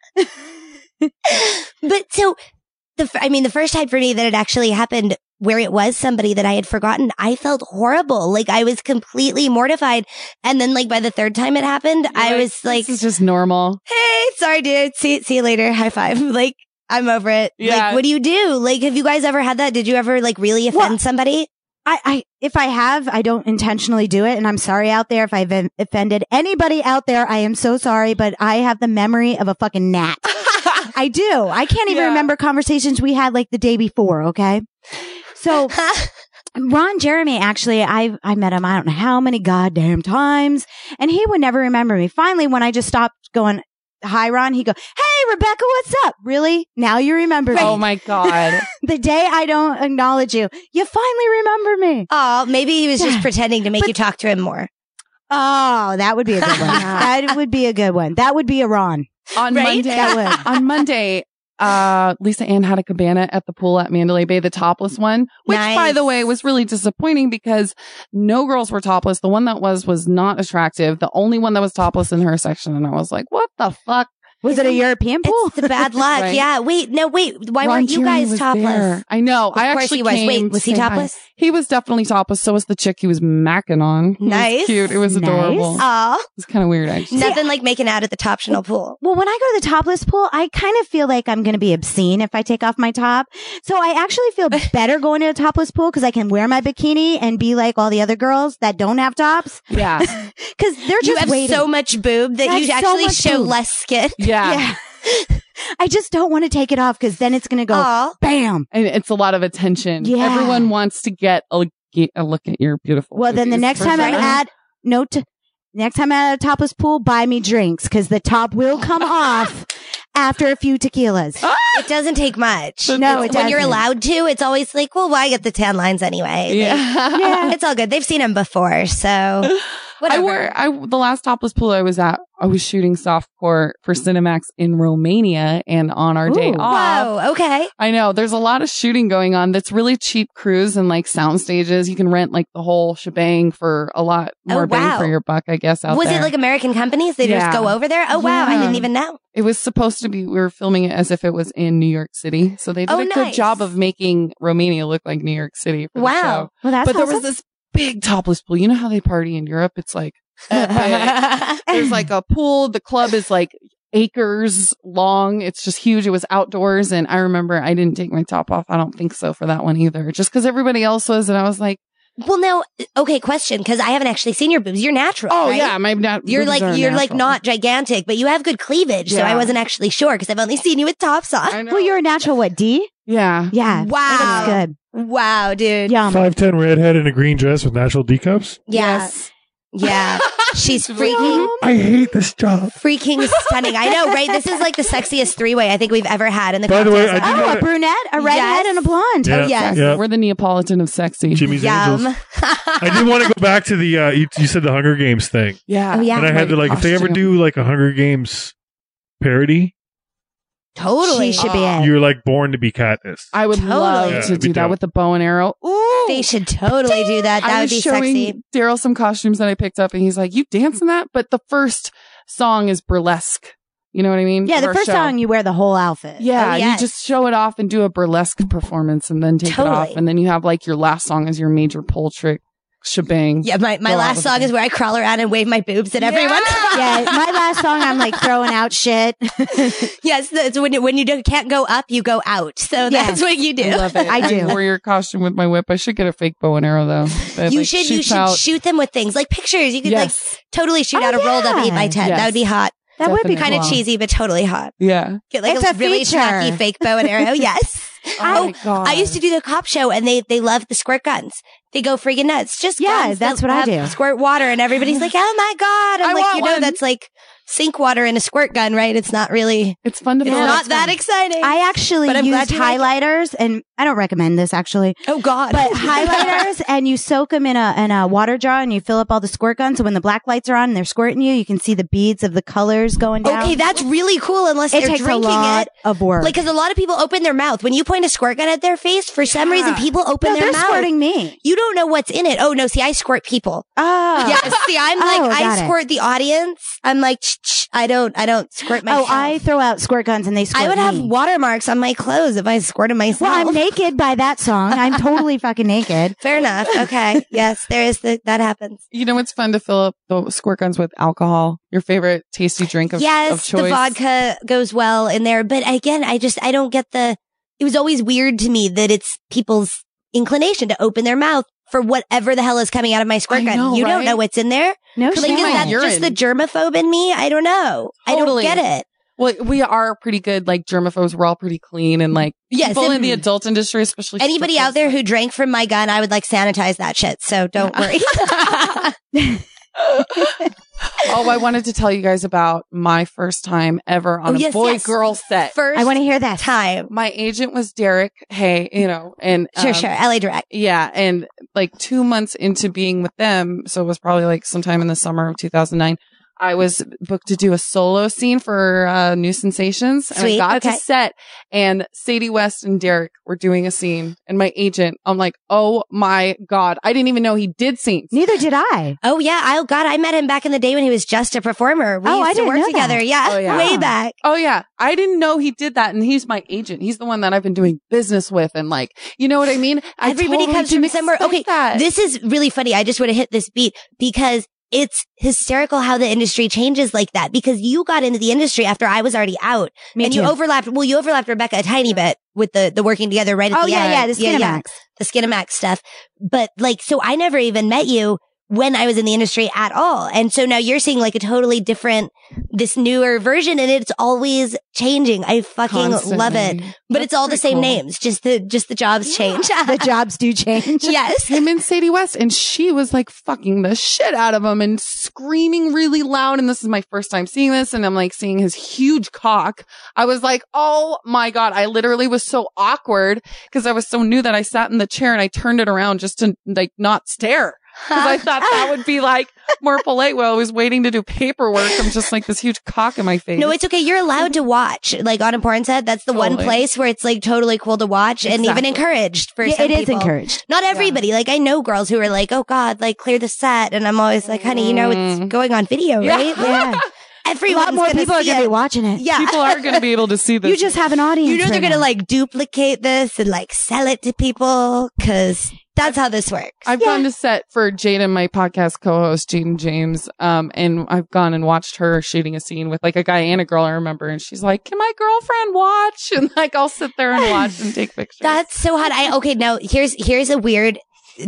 [SPEAKER 3] but so the f- I mean the first time for me that it actually happened where it was somebody that I had forgotten, I felt horrible. Like I was completely mortified. And then like by the third time it happened, I was like,
[SPEAKER 6] this is just normal.
[SPEAKER 3] "Hey, sorry dude. See see you later. High five." Like I'm over it.
[SPEAKER 6] Yeah.
[SPEAKER 3] Like what do you do? Like have you guys ever had that? Did you ever like really offend
[SPEAKER 4] Well,
[SPEAKER 3] somebody?
[SPEAKER 4] I, I, if I have, I don't intentionally do it. And I'm sorry out there if I've been- offended anybody out there. I am so sorry, but I have the memory of a fucking gnat. I do. I can't even
[SPEAKER 6] Yeah.
[SPEAKER 4] remember conversations we had like the day before. Okay. So Ron Jeremy, actually, I I met him. I don't know how many goddamn times, and he would never remember me. Finally, when I just stopped going, "Hi, Ron," he go, "Hey, Rebecca, what's up? Really? Now you remember me?
[SPEAKER 6] Oh my god.
[SPEAKER 4] the day I don't acknowledge you, you finally remember me.
[SPEAKER 3] oh, maybe he was just pretending to make
[SPEAKER 4] But-
[SPEAKER 3] you talk to him more.
[SPEAKER 4] Oh, that would be a good one. that would be a good one. That would be a Ron.
[SPEAKER 6] on
[SPEAKER 3] Right?
[SPEAKER 6] Monday.
[SPEAKER 4] That would.
[SPEAKER 6] on Monday, uh, Lisa Ann had a cabana at the pool at Mandalay Bay, the topless one, which by
[SPEAKER 3] Nice.
[SPEAKER 6] the way was really disappointing because no girls were topless. The one that was was not attractive. The only one that was topless in her section, and I was like, what the fuck?
[SPEAKER 4] Was it a European pool?
[SPEAKER 3] It's the bad luck.
[SPEAKER 6] Right.
[SPEAKER 3] Yeah. Wait, no, wait. Why
[SPEAKER 6] Ron
[SPEAKER 3] weren't you
[SPEAKER 6] Jeremy
[SPEAKER 3] guys
[SPEAKER 6] was
[SPEAKER 3] topless?
[SPEAKER 6] there. I know.
[SPEAKER 3] Of
[SPEAKER 6] I
[SPEAKER 3] course
[SPEAKER 6] actually
[SPEAKER 3] he was.
[SPEAKER 6] came
[SPEAKER 3] Wait,
[SPEAKER 6] to
[SPEAKER 3] was he
[SPEAKER 6] say hi.
[SPEAKER 3] topless?
[SPEAKER 6] He was definitely topless. So was the chick he was macking on. It was
[SPEAKER 3] Nice.
[SPEAKER 6] cute. It was
[SPEAKER 4] Nice.
[SPEAKER 6] adorable.
[SPEAKER 3] Aw.
[SPEAKER 6] It's kind of weird, actually.
[SPEAKER 3] Nothing like making out at the top Chanel pool.
[SPEAKER 4] Well, when I go to the topless pool, I kind of feel like I'm going to be obscene if I take off my top. So I actually feel better going to a topless pool because I can wear my bikini and be like all the other girls that don't have tops
[SPEAKER 6] Yeah.
[SPEAKER 4] because they're just
[SPEAKER 3] You have
[SPEAKER 4] waiting.
[SPEAKER 3] so much boob that
[SPEAKER 4] I
[SPEAKER 3] you
[SPEAKER 4] have so
[SPEAKER 3] actually
[SPEAKER 4] much
[SPEAKER 3] show
[SPEAKER 4] boob.
[SPEAKER 3] less skin.
[SPEAKER 6] Yeah.
[SPEAKER 4] yeah. I just don't want to take it off because then it's going to go
[SPEAKER 3] Aw.
[SPEAKER 4] bam.
[SPEAKER 6] And it's a lot of attention.
[SPEAKER 4] Yeah.
[SPEAKER 6] Everyone wants to get a, get a look at your beautiful.
[SPEAKER 4] Well, then the
[SPEAKER 6] boobies
[SPEAKER 4] next
[SPEAKER 6] for
[SPEAKER 4] time I'm
[SPEAKER 6] sure.
[SPEAKER 4] at no, t- next time I'm at a topless pool, buy me drinks because the top will come off after a few tequilas.
[SPEAKER 3] It doesn't take much.
[SPEAKER 4] No, it
[SPEAKER 3] When you're
[SPEAKER 4] doesn't.
[SPEAKER 3] allowed to, it's always like, well, why get the tan lines anyway?
[SPEAKER 6] Yeah.
[SPEAKER 3] Like, It's all good. They've seen him before, so
[SPEAKER 6] I wore I the last topless pool I was at. I was shooting softcore for Cinemax in Romania, and on our day
[SPEAKER 3] Ooh.
[SPEAKER 6] off.
[SPEAKER 3] Whoa, okay.
[SPEAKER 6] I know there's a lot of shooting going on. That's really cheap crews and like sound stages. You can rent like the whole shebang for a lot
[SPEAKER 3] Oh,
[SPEAKER 6] more bang
[SPEAKER 3] wow.
[SPEAKER 6] for your buck, I guess. Out
[SPEAKER 3] Was
[SPEAKER 6] there.
[SPEAKER 3] it like American companies? They
[SPEAKER 6] Yeah.
[SPEAKER 3] just go over there? Oh, wow. I
[SPEAKER 6] Yeah.
[SPEAKER 3] didn't even know.
[SPEAKER 6] It was supposed to be, we were filming it as if it was in New York City. So they did
[SPEAKER 3] Oh,
[SPEAKER 6] a good
[SPEAKER 3] nice.
[SPEAKER 6] job of making Romania look like New York City. For The
[SPEAKER 3] Wow.
[SPEAKER 6] show.
[SPEAKER 4] Well, that's
[SPEAKER 6] But there was
[SPEAKER 4] awesome.
[SPEAKER 6] this big topless pool. You know how they party in Europe? It's like, epic. there's like a pool. The club is like acres long. It's just huge. It was outdoors. And I remember I didn't take my top off. I don't think so for that one either, just because everybody else was. And I was like,
[SPEAKER 3] Well, now, okay, question, because I haven't actually seen your boobs. You're natural.
[SPEAKER 6] oh,
[SPEAKER 3] right?
[SPEAKER 6] yeah, my not.
[SPEAKER 3] You're like you're like not gigantic, but you have good cleavage. So
[SPEAKER 6] Yeah.
[SPEAKER 3] I wasn't actually sure because I've only seen you with tops on.
[SPEAKER 6] I know.
[SPEAKER 4] Well, you're a natural what, D?
[SPEAKER 6] yeah.
[SPEAKER 4] Yeah.
[SPEAKER 3] Wow.
[SPEAKER 4] That's good.
[SPEAKER 3] Wow, dude.
[SPEAKER 4] Yum.
[SPEAKER 7] Five ten redhead in a green dress with natural decups.
[SPEAKER 3] Yeah. Yeah. She's
[SPEAKER 6] Mm-hmm.
[SPEAKER 3] freaking
[SPEAKER 7] I hate this job.
[SPEAKER 3] freaking stunning. I know, right? This is like the sexiest three way I think we've ever had in the
[SPEAKER 7] By the way,
[SPEAKER 3] cocktails.
[SPEAKER 7] I did
[SPEAKER 4] Oh,
[SPEAKER 7] not-
[SPEAKER 4] a brunette, a redhead,
[SPEAKER 3] Yes.
[SPEAKER 4] and a blonde.
[SPEAKER 7] Yeah.
[SPEAKER 3] yes.
[SPEAKER 7] Yeah.
[SPEAKER 6] We're the Neapolitan of sexy.
[SPEAKER 7] Jimmy's Angels.
[SPEAKER 3] Yum.
[SPEAKER 7] I did want to go back to the uh, you, you said the Hunger Games thing,
[SPEAKER 6] Yeah.
[SPEAKER 3] Oh, yeah.
[SPEAKER 7] and I had to
[SPEAKER 6] my
[SPEAKER 7] like if they ever
[SPEAKER 6] costume.
[SPEAKER 7] do like a Hunger Games parody,
[SPEAKER 3] totally.
[SPEAKER 4] She should be in.
[SPEAKER 7] you're like born to be Katniss.
[SPEAKER 6] I would
[SPEAKER 3] Totally.
[SPEAKER 6] love
[SPEAKER 7] Yeah,
[SPEAKER 6] to
[SPEAKER 7] it'd be
[SPEAKER 6] do that
[SPEAKER 7] dope.
[SPEAKER 6] with the bow and arrow. Ooh.
[SPEAKER 3] They should totally do that. That
[SPEAKER 6] I
[SPEAKER 3] would
[SPEAKER 6] was
[SPEAKER 3] be
[SPEAKER 6] showing
[SPEAKER 3] sexy.
[SPEAKER 6] Daryl some costumes that I picked up, and he's like, "You dance in that?" But the first song is burlesque. You know what I mean?
[SPEAKER 4] Yeah,
[SPEAKER 6] Of
[SPEAKER 4] the
[SPEAKER 6] our
[SPEAKER 4] first
[SPEAKER 6] show.
[SPEAKER 4] song you wear the whole outfit.
[SPEAKER 6] Yeah,
[SPEAKER 3] Oh, yes.
[SPEAKER 6] you just show it off and do a burlesque performance, and then take it off,
[SPEAKER 3] Totally.
[SPEAKER 6] and then you have like your last song as your major pole trick shebang.
[SPEAKER 3] Yeah, my, my
[SPEAKER 6] Go out
[SPEAKER 3] last
[SPEAKER 6] with
[SPEAKER 3] song
[SPEAKER 6] it.
[SPEAKER 3] is where I crawl around and wave my boobs at everyone.
[SPEAKER 4] Yeah, my last song, I'm like throwing out shit.
[SPEAKER 3] yes, that's when you, when you don't, can't go up, you go out. So that's what you do.
[SPEAKER 6] I love it.
[SPEAKER 4] I do.
[SPEAKER 6] warrior costume with my whip. I should get a fake bow and arrow though. That,
[SPEAKER 3] you
[SPEAKER 6] like,
[SPEAKER 3] should you
[SPEAKER 6] shoots
[SPEAKER 3] should
[SPEAKER 6] out.
[SPEAKER 3] shoot them with things like pictures. You could like
[SPEAKER 6] yes,
[SPEAKER 3] totally shoot
[SPEAKER 4] Oh,
[SPEAKER 3] out a rolled up
[SPEAKER 4] yeah.
[SPEAKER 3] eight by ten. That
[SPEAKER 6] Yes.
[SPEAKER 3] would be hot.
[SPEAKER 4] That would be
[SPEAKER 6] Definitely.
[SPEAKER 3] Kind of
[SPEAKER 6] Wow.
[SPEAKER 3] cheesy, but totally hot.
[SPEAKER 6] yeah.
[SPEAKER 3] Get like
[SPEAKER 4] It's
[SPEAKER 3] a,
[SPEAKER 4] a
[SPEAKER 3] really
[SPEAKER 4] feature.
[SPEAKER 3] tacky fake bow and arrow. yes.
[SPEAKER 6] Oh, my god.
[SPEAKER 3] I used to do the cop show, and they they love the squirt guns. They go freaking nuts. Just
[SPEAKER 4] Yeah,
[SPEAKER 3] guns.
[SPEAKER 4] that's
[SPEAKER 3] They'll
[SPEAKER 4] what I
[SPEAKER 3] have-
[SPEAKER 4] do.
[SPEAKER 3] Squirt water, and everybody's like, "Oh my god!" I'm
[SPEAKER 6] I
[SPEAKER 3] like,
[SPEAKER 6] want
[SPEAKER 3] you know,
[SPEAKER 6] one."
[SPEAKER 3] that's like sink water in a squirt gun, right? It's not really.
[SPEAKER 6] It's fun to.
[SPEAKER 3] It's
[SPEAKER 6] build.
[SPEAKER 3] not
[SPEAKER 6] It's
[SPEAKER 3] that
[SPEAKER 6] fun.
[SPEAKER 3] exciting.
[SPEAKER 4] I actually
[SPEAKER 3] But I'm glad
[SPEAKER 4] used
[SPEAKER 3] you like it.
[SPEAKER 4] highlighters, and I don't recommend this actually,
[SPEAKER 3] oh god,
[SPEAKER 4] but highlighters, and you soak them in a in a water jar, and you fill up all the squirt guns. So when the black lights are on and they're squirting you, you can see the beads of the colors going down.
[SPEAKER 3] Okay, that's really cool. Unless
[SPEAKER 4] it
[SPEAKER 3] they're
[SPEAKER 4] takes a
[SPEAKER 3] drinking
[SPEAKER 4] lot
[SPEAKER 3] it.
[SPEAKER 4] of work.
[SPEAKER 3] Like, because a lot of people open their mouth when you point a squirt gun at their face. For some reason, people open
[SPEAKER 4] no,
[SPEAKER 3] their
[SPEAKER 4] they're
[SPEAKER 3] mouth.
[SPEAKER 4] squirting me.
[SPEAKER 3] You don't know what's in it. Oh no, see, I squirt people.
[SPEAKER 4] Oh,
[SPEAKER 3] Yeah, see, I'm like,
[SPEAKER 4] Oh, got
[SPEAKER 3] I
[SPEAKER 4] it.
[SPEAKER 3] squirt the audience. I'm like, "Ch- ch- I don't, I don't squirt
[SPEAKER 4] oh,
[SPEAKER 3] myself.
[SPEAKER 4] I throw out squirt guns, and they squirt
[SPEAKER 3] I would have
[SPEAKER 4] me.
[SPEAKER 3] watermarks on my clothes if I squirted myself.
[SPEAKER 4] Well, I'm naked by that song. I'm totally fucking naked.
[SPEAKER 3] Fair enough. Okay. yes, there is the, that happens.
[SPEAKER 6] You know, it's fun to fill up the squirt guns with alcohol. Your favorite tasty drink of, of
[SPEAKER 3] yes,
[SPEAKER 6] choice.
[SPEAKER 3] the vodka goes well in there, but again, I just I don't get the. It was always weird to me that it's people's inclination to open their mouth for whatever the hell is coming out of my squirt
[SPEAKER 6] I
[SPEAKER 3] gun.
[SPEAKER 6] know,
[SPEAKER 3] you don't
[SPEAKER 6] right?
[SPEAKER 3] know what's in there.
[SPEAKER 4] No
[SPEAKER 3] Like, is
[SPEAKER 6] my
[SPEAKER 3] that
[SPEAKER 4] shit.
[SPEAKER 3] just
[SPEAKER 6] urine.
[SPEAKER 3] the germaphobe in me? I don't know.
[SPEAKER 6] Totally.
[SPEAKER 3] I don't get it.
[SPEAKER 6] Well, we are pretty good, like germaphobes. We're all pretty clean and like
[SPEAKER 3] Yes,
[SPEAKER 6] people in
[SPEAKER 3] and
[SPEAKER 6] the adult industry, especially
[SPEAKER 3] Anybody out there who drank from my gun, I would like sanitize that shit. So don't worry.
[SPEAKER 6] oh, I wanted to tell you guys about my first time ever on
[SPEAKER 3] Oh,
[SPEAKER 6] a
[SPEAKER 3] yes,
[SPEAKER 6] boy
[SPEAKER 3] yes.
[SPEAKER 6] girl set.
[SPEAKER 3] First
[SPEAKER 4] I want to hear that.
[SPEAKER 3] time.
[SPEAKER 6] My agent was Derek. Hey, you know, and
[SPEAKER 3] Sure,
[SPEAKER 6] um,
[SPEAKER 3] sure. LA Direct.
[SPEAKER 6] Yeah. And like two months into being with them, so it was probably like sometime in the summer of 2009, I was booked to do a solo scene for uh, New Sensations. And
[SPEAKER 3] Sweet,
[SPEAKER 6] I got
[SPEAKER 3] okay.
[SPEAKER 6] to set, and Sadie West and Derek were doing a scene. And my agent, I'm like, oh my God, I didn't even know he did scenes.
[SPEAKER 4] Neither did I.
[SPEAKER 3] Oh yeah, I God, I met him back in the day when he was just a performer. We
[SPEAKER 4] Oh,
[SPEAKER 3] used
[SPEAKER 4] I
[SPEAKER 3] to
[SPEAKER 4] didn't
[SPEAKER 3] work
[SPEAKER 4] know that.
[SPEAKER 3] together. Yeah,
[SPEAKER 6] Oh, yeah.
[SPEAKER 3] way
[SPEAKER 4] Oh.
[SPEAKER 3] back.
[SPEAKER 6] Oh yeah, I didn't know he did that, and he's my agent. He's the one that I've been doing business with, and like, you know what I mean. I
[SPEAKER 3] Everybody
[SPEAKER 6] totally
[SPEAKER 3] comes
[SPEAKER 6] didn't
[SPEAKER 3] from somewhere.
[SPEAKER 6] expect
[SPEAKER 3] Okay,
[SPEAKER 6] that.
[SPEAKER 3] This is really funny. I just want to hit this beat because it's hysterical how the industry changes like that. Because you got into the industry after I was already out,
[SPEAKER 4] Me
[SPEAKER 3] and
[SPEAKER 4] too.
[SPEAKER 3] you overlapped. Well, you overlapped Rebecca a tiny bit with the the working together right at
[SPEAKER 4] oh
[SPEAKER 3] the
[SPEAKER 4] yeah,
[SPEAKER 3] end.
[SPEAKER 4] yeah, the Skinamax.
[SPEAKER 3] the Skinamax stuff. But like, so I never even met you when I was in the industry at all. And so now you're seeing like a totally different, this newer version and it's always changing. I fucking love it.
[SPEAKER 6] Constantly.
[SPEAKER 3] But
[SPEAKER 6] That's
[SPEAKER 3] it's all the
[SPEAKER 6] pretty
[SPEAKER 3] same
[SPEAKER 6] cool.
[SPEAKER 3] names, just the, just the jobs change.
[SPEAKER 4] the jobs do change.
[SPEAKER 3] yes.
[SPEAKER 6] Him and Sadie West, and she was like fucking the shit out of him and screaming really loud. And this is my first time seeing this, and I'm like seeing his huge cock. I was like, oh my god! I literally was so awkward because I was so new that I sat in the chair and I turned it around just to like not stare. Because I thought that would be like more polite while I was waiting to do paperwork. I'm just like this huge cock in my face.
[SPEAKER 3] No, it's okay. You're allowed to watch. Like on a porn set, that's the one
[SPEAKER 6] Totally.
[SPEAKER 3] place where it's like totally cool to watch and even
[SPEAKER 6] Exactly.
[SPEAKER 3] encouraged for
[SPEAKER 4] Yeah,
[SPEAKER 3] some
[SPEAKER 4] it is
[SPEAKER 3] people.
[SPEAKER 4] encouraged.
[SPEAKER 3] Not everybody. Like I know girls who are like, "Oh God, like clear the set," and I'm always like, "Honey, you know it's going on video,
[SPEAKER 6] Yeah.
[SPEAKER 3] right?
[SPEAKER 4] Mm. Yeah. a
[SPEAKER 3] Everyone's
[SPEAKER 4] lot more
[SPEAKER 3] gonna
[SPEAKER 4] people are
[SPEAKER 3] see
[SPEAKER 4] going to be
[SPEAKER 3] it.
[SPEAKER 4] watching it.
[SPEAKER 3] Yeah,
[SPEAKER 6] People are going to be able to see this.
[SPEAKER 4] You just have an audience.
[SPEAKER 3] you know they're
[SPEAKER 4] right
[SPEAKER 3] gonna
[SPEAKER 4] now.
[SPEAKER 3] like duplicate this and like sell it to people because that's how this works.
[SPEAKER 6] I've gone to set for Jaden, my podcast co-host, Jaden James, um, and I've gone and watched her shooting a scene with like a guy and a girl. I remember, and she's like, "Can my girlfriend watch?" And like, I'll sit there and watch and take pictures.
[SPEAKER 3] That's so hot. I okay. Now here's here's a weird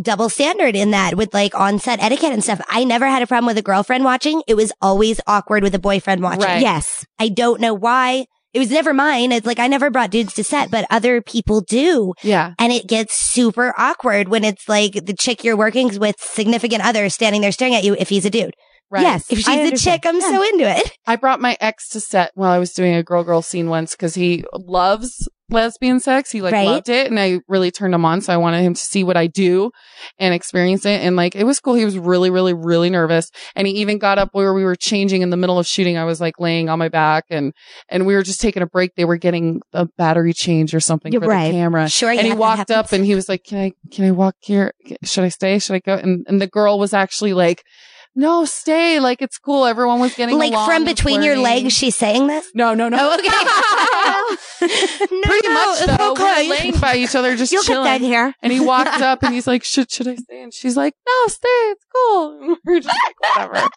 [SPEAKER 3] double standard in that with like on set etiquette and stuff. I never had a problem with a girlfriend watching. It was always awkward with a boyfriend watching.
[SPEAKER 6] Right.
[SPEAKER 4] Yes.
[SPEAKER 3] I don't know why. It was never mine. It's like I never brought dudes to set, but other people do.
[SPEAKER 6] yeah,
[SPEAKER 3] And it gets super awkward when it's like the chick you're working with, significant other standing there staring at you if he's a dude.
[SPEAKER 6] right.
[SPEAKER 4] Yes.
[SPEAKER 3] If she's
[SPEAKER 4] I
[SPEAKER 3] a
[SPEAKER 4] understand.
[SPEAKER 3] chick, I'm
[SPEAKER 4] Yeah.
[SPEAKER 3] so into it.
[SPEAKER 6] I brought my ex to set while I was doing a girl girl scene once because he loves lesbian sex. He like
[SPEAKER 3] Right.
[SPEAKER 6] loved it and I really turned him on. So I wanted him to see what I do and experience it. And like it was cool. He was really, really, really nervous. And he even got up where we were changing in the middle of shooting. I was like laying on my back and and we were just taking a break. They were getting a battery change or something
[SPEAKER 4] You're
[SPEAKER 6] for
[SPEAKER 4] right.
[SPEAKER 6] the camera.
[SPEAKER 3] Sure,
[SPEAKER 6] And
[SPEAKER 3] yeah,
[SPEAKER 6] he
[SPEAKER 3] that
[SPEAKER 6] walked up
[SPEAKER 3] happens.
[SPEAKER 6] and he was like, Can I can I walk here? Should I stay? Should I go? And and the girl was actually like no, stay. Like it's cool. Everyone was getting
[SPEAKER 3] Like
[SPEAKER 6] along
[SPEAKER 3] from
[SPEAKER 6] and
[SPEAKER 3] between your
[SPEAKER 6] flirting.
[SPEAKER 3] legs, she's saying this.
[SPEAKER 6] No, no, no.
[SPEAKER 3] Oh, okay. no,
[SPEAKER 6] Pretty
[SPEAKER 3] no,
[SPEAKER 6] much
[SPEAKER 3] it's
[SPEAKER 6] though. We're laying by each other, just
[SPEAKER 4] You'll get that
[SPEAKER 6] chilling.
[SPEAKER 4] here.
[SPEAKER 6] And he walked up and he's like, "Should should I stay?" And she's like, "No, stay. It's cool." And we're just like, "Whatever."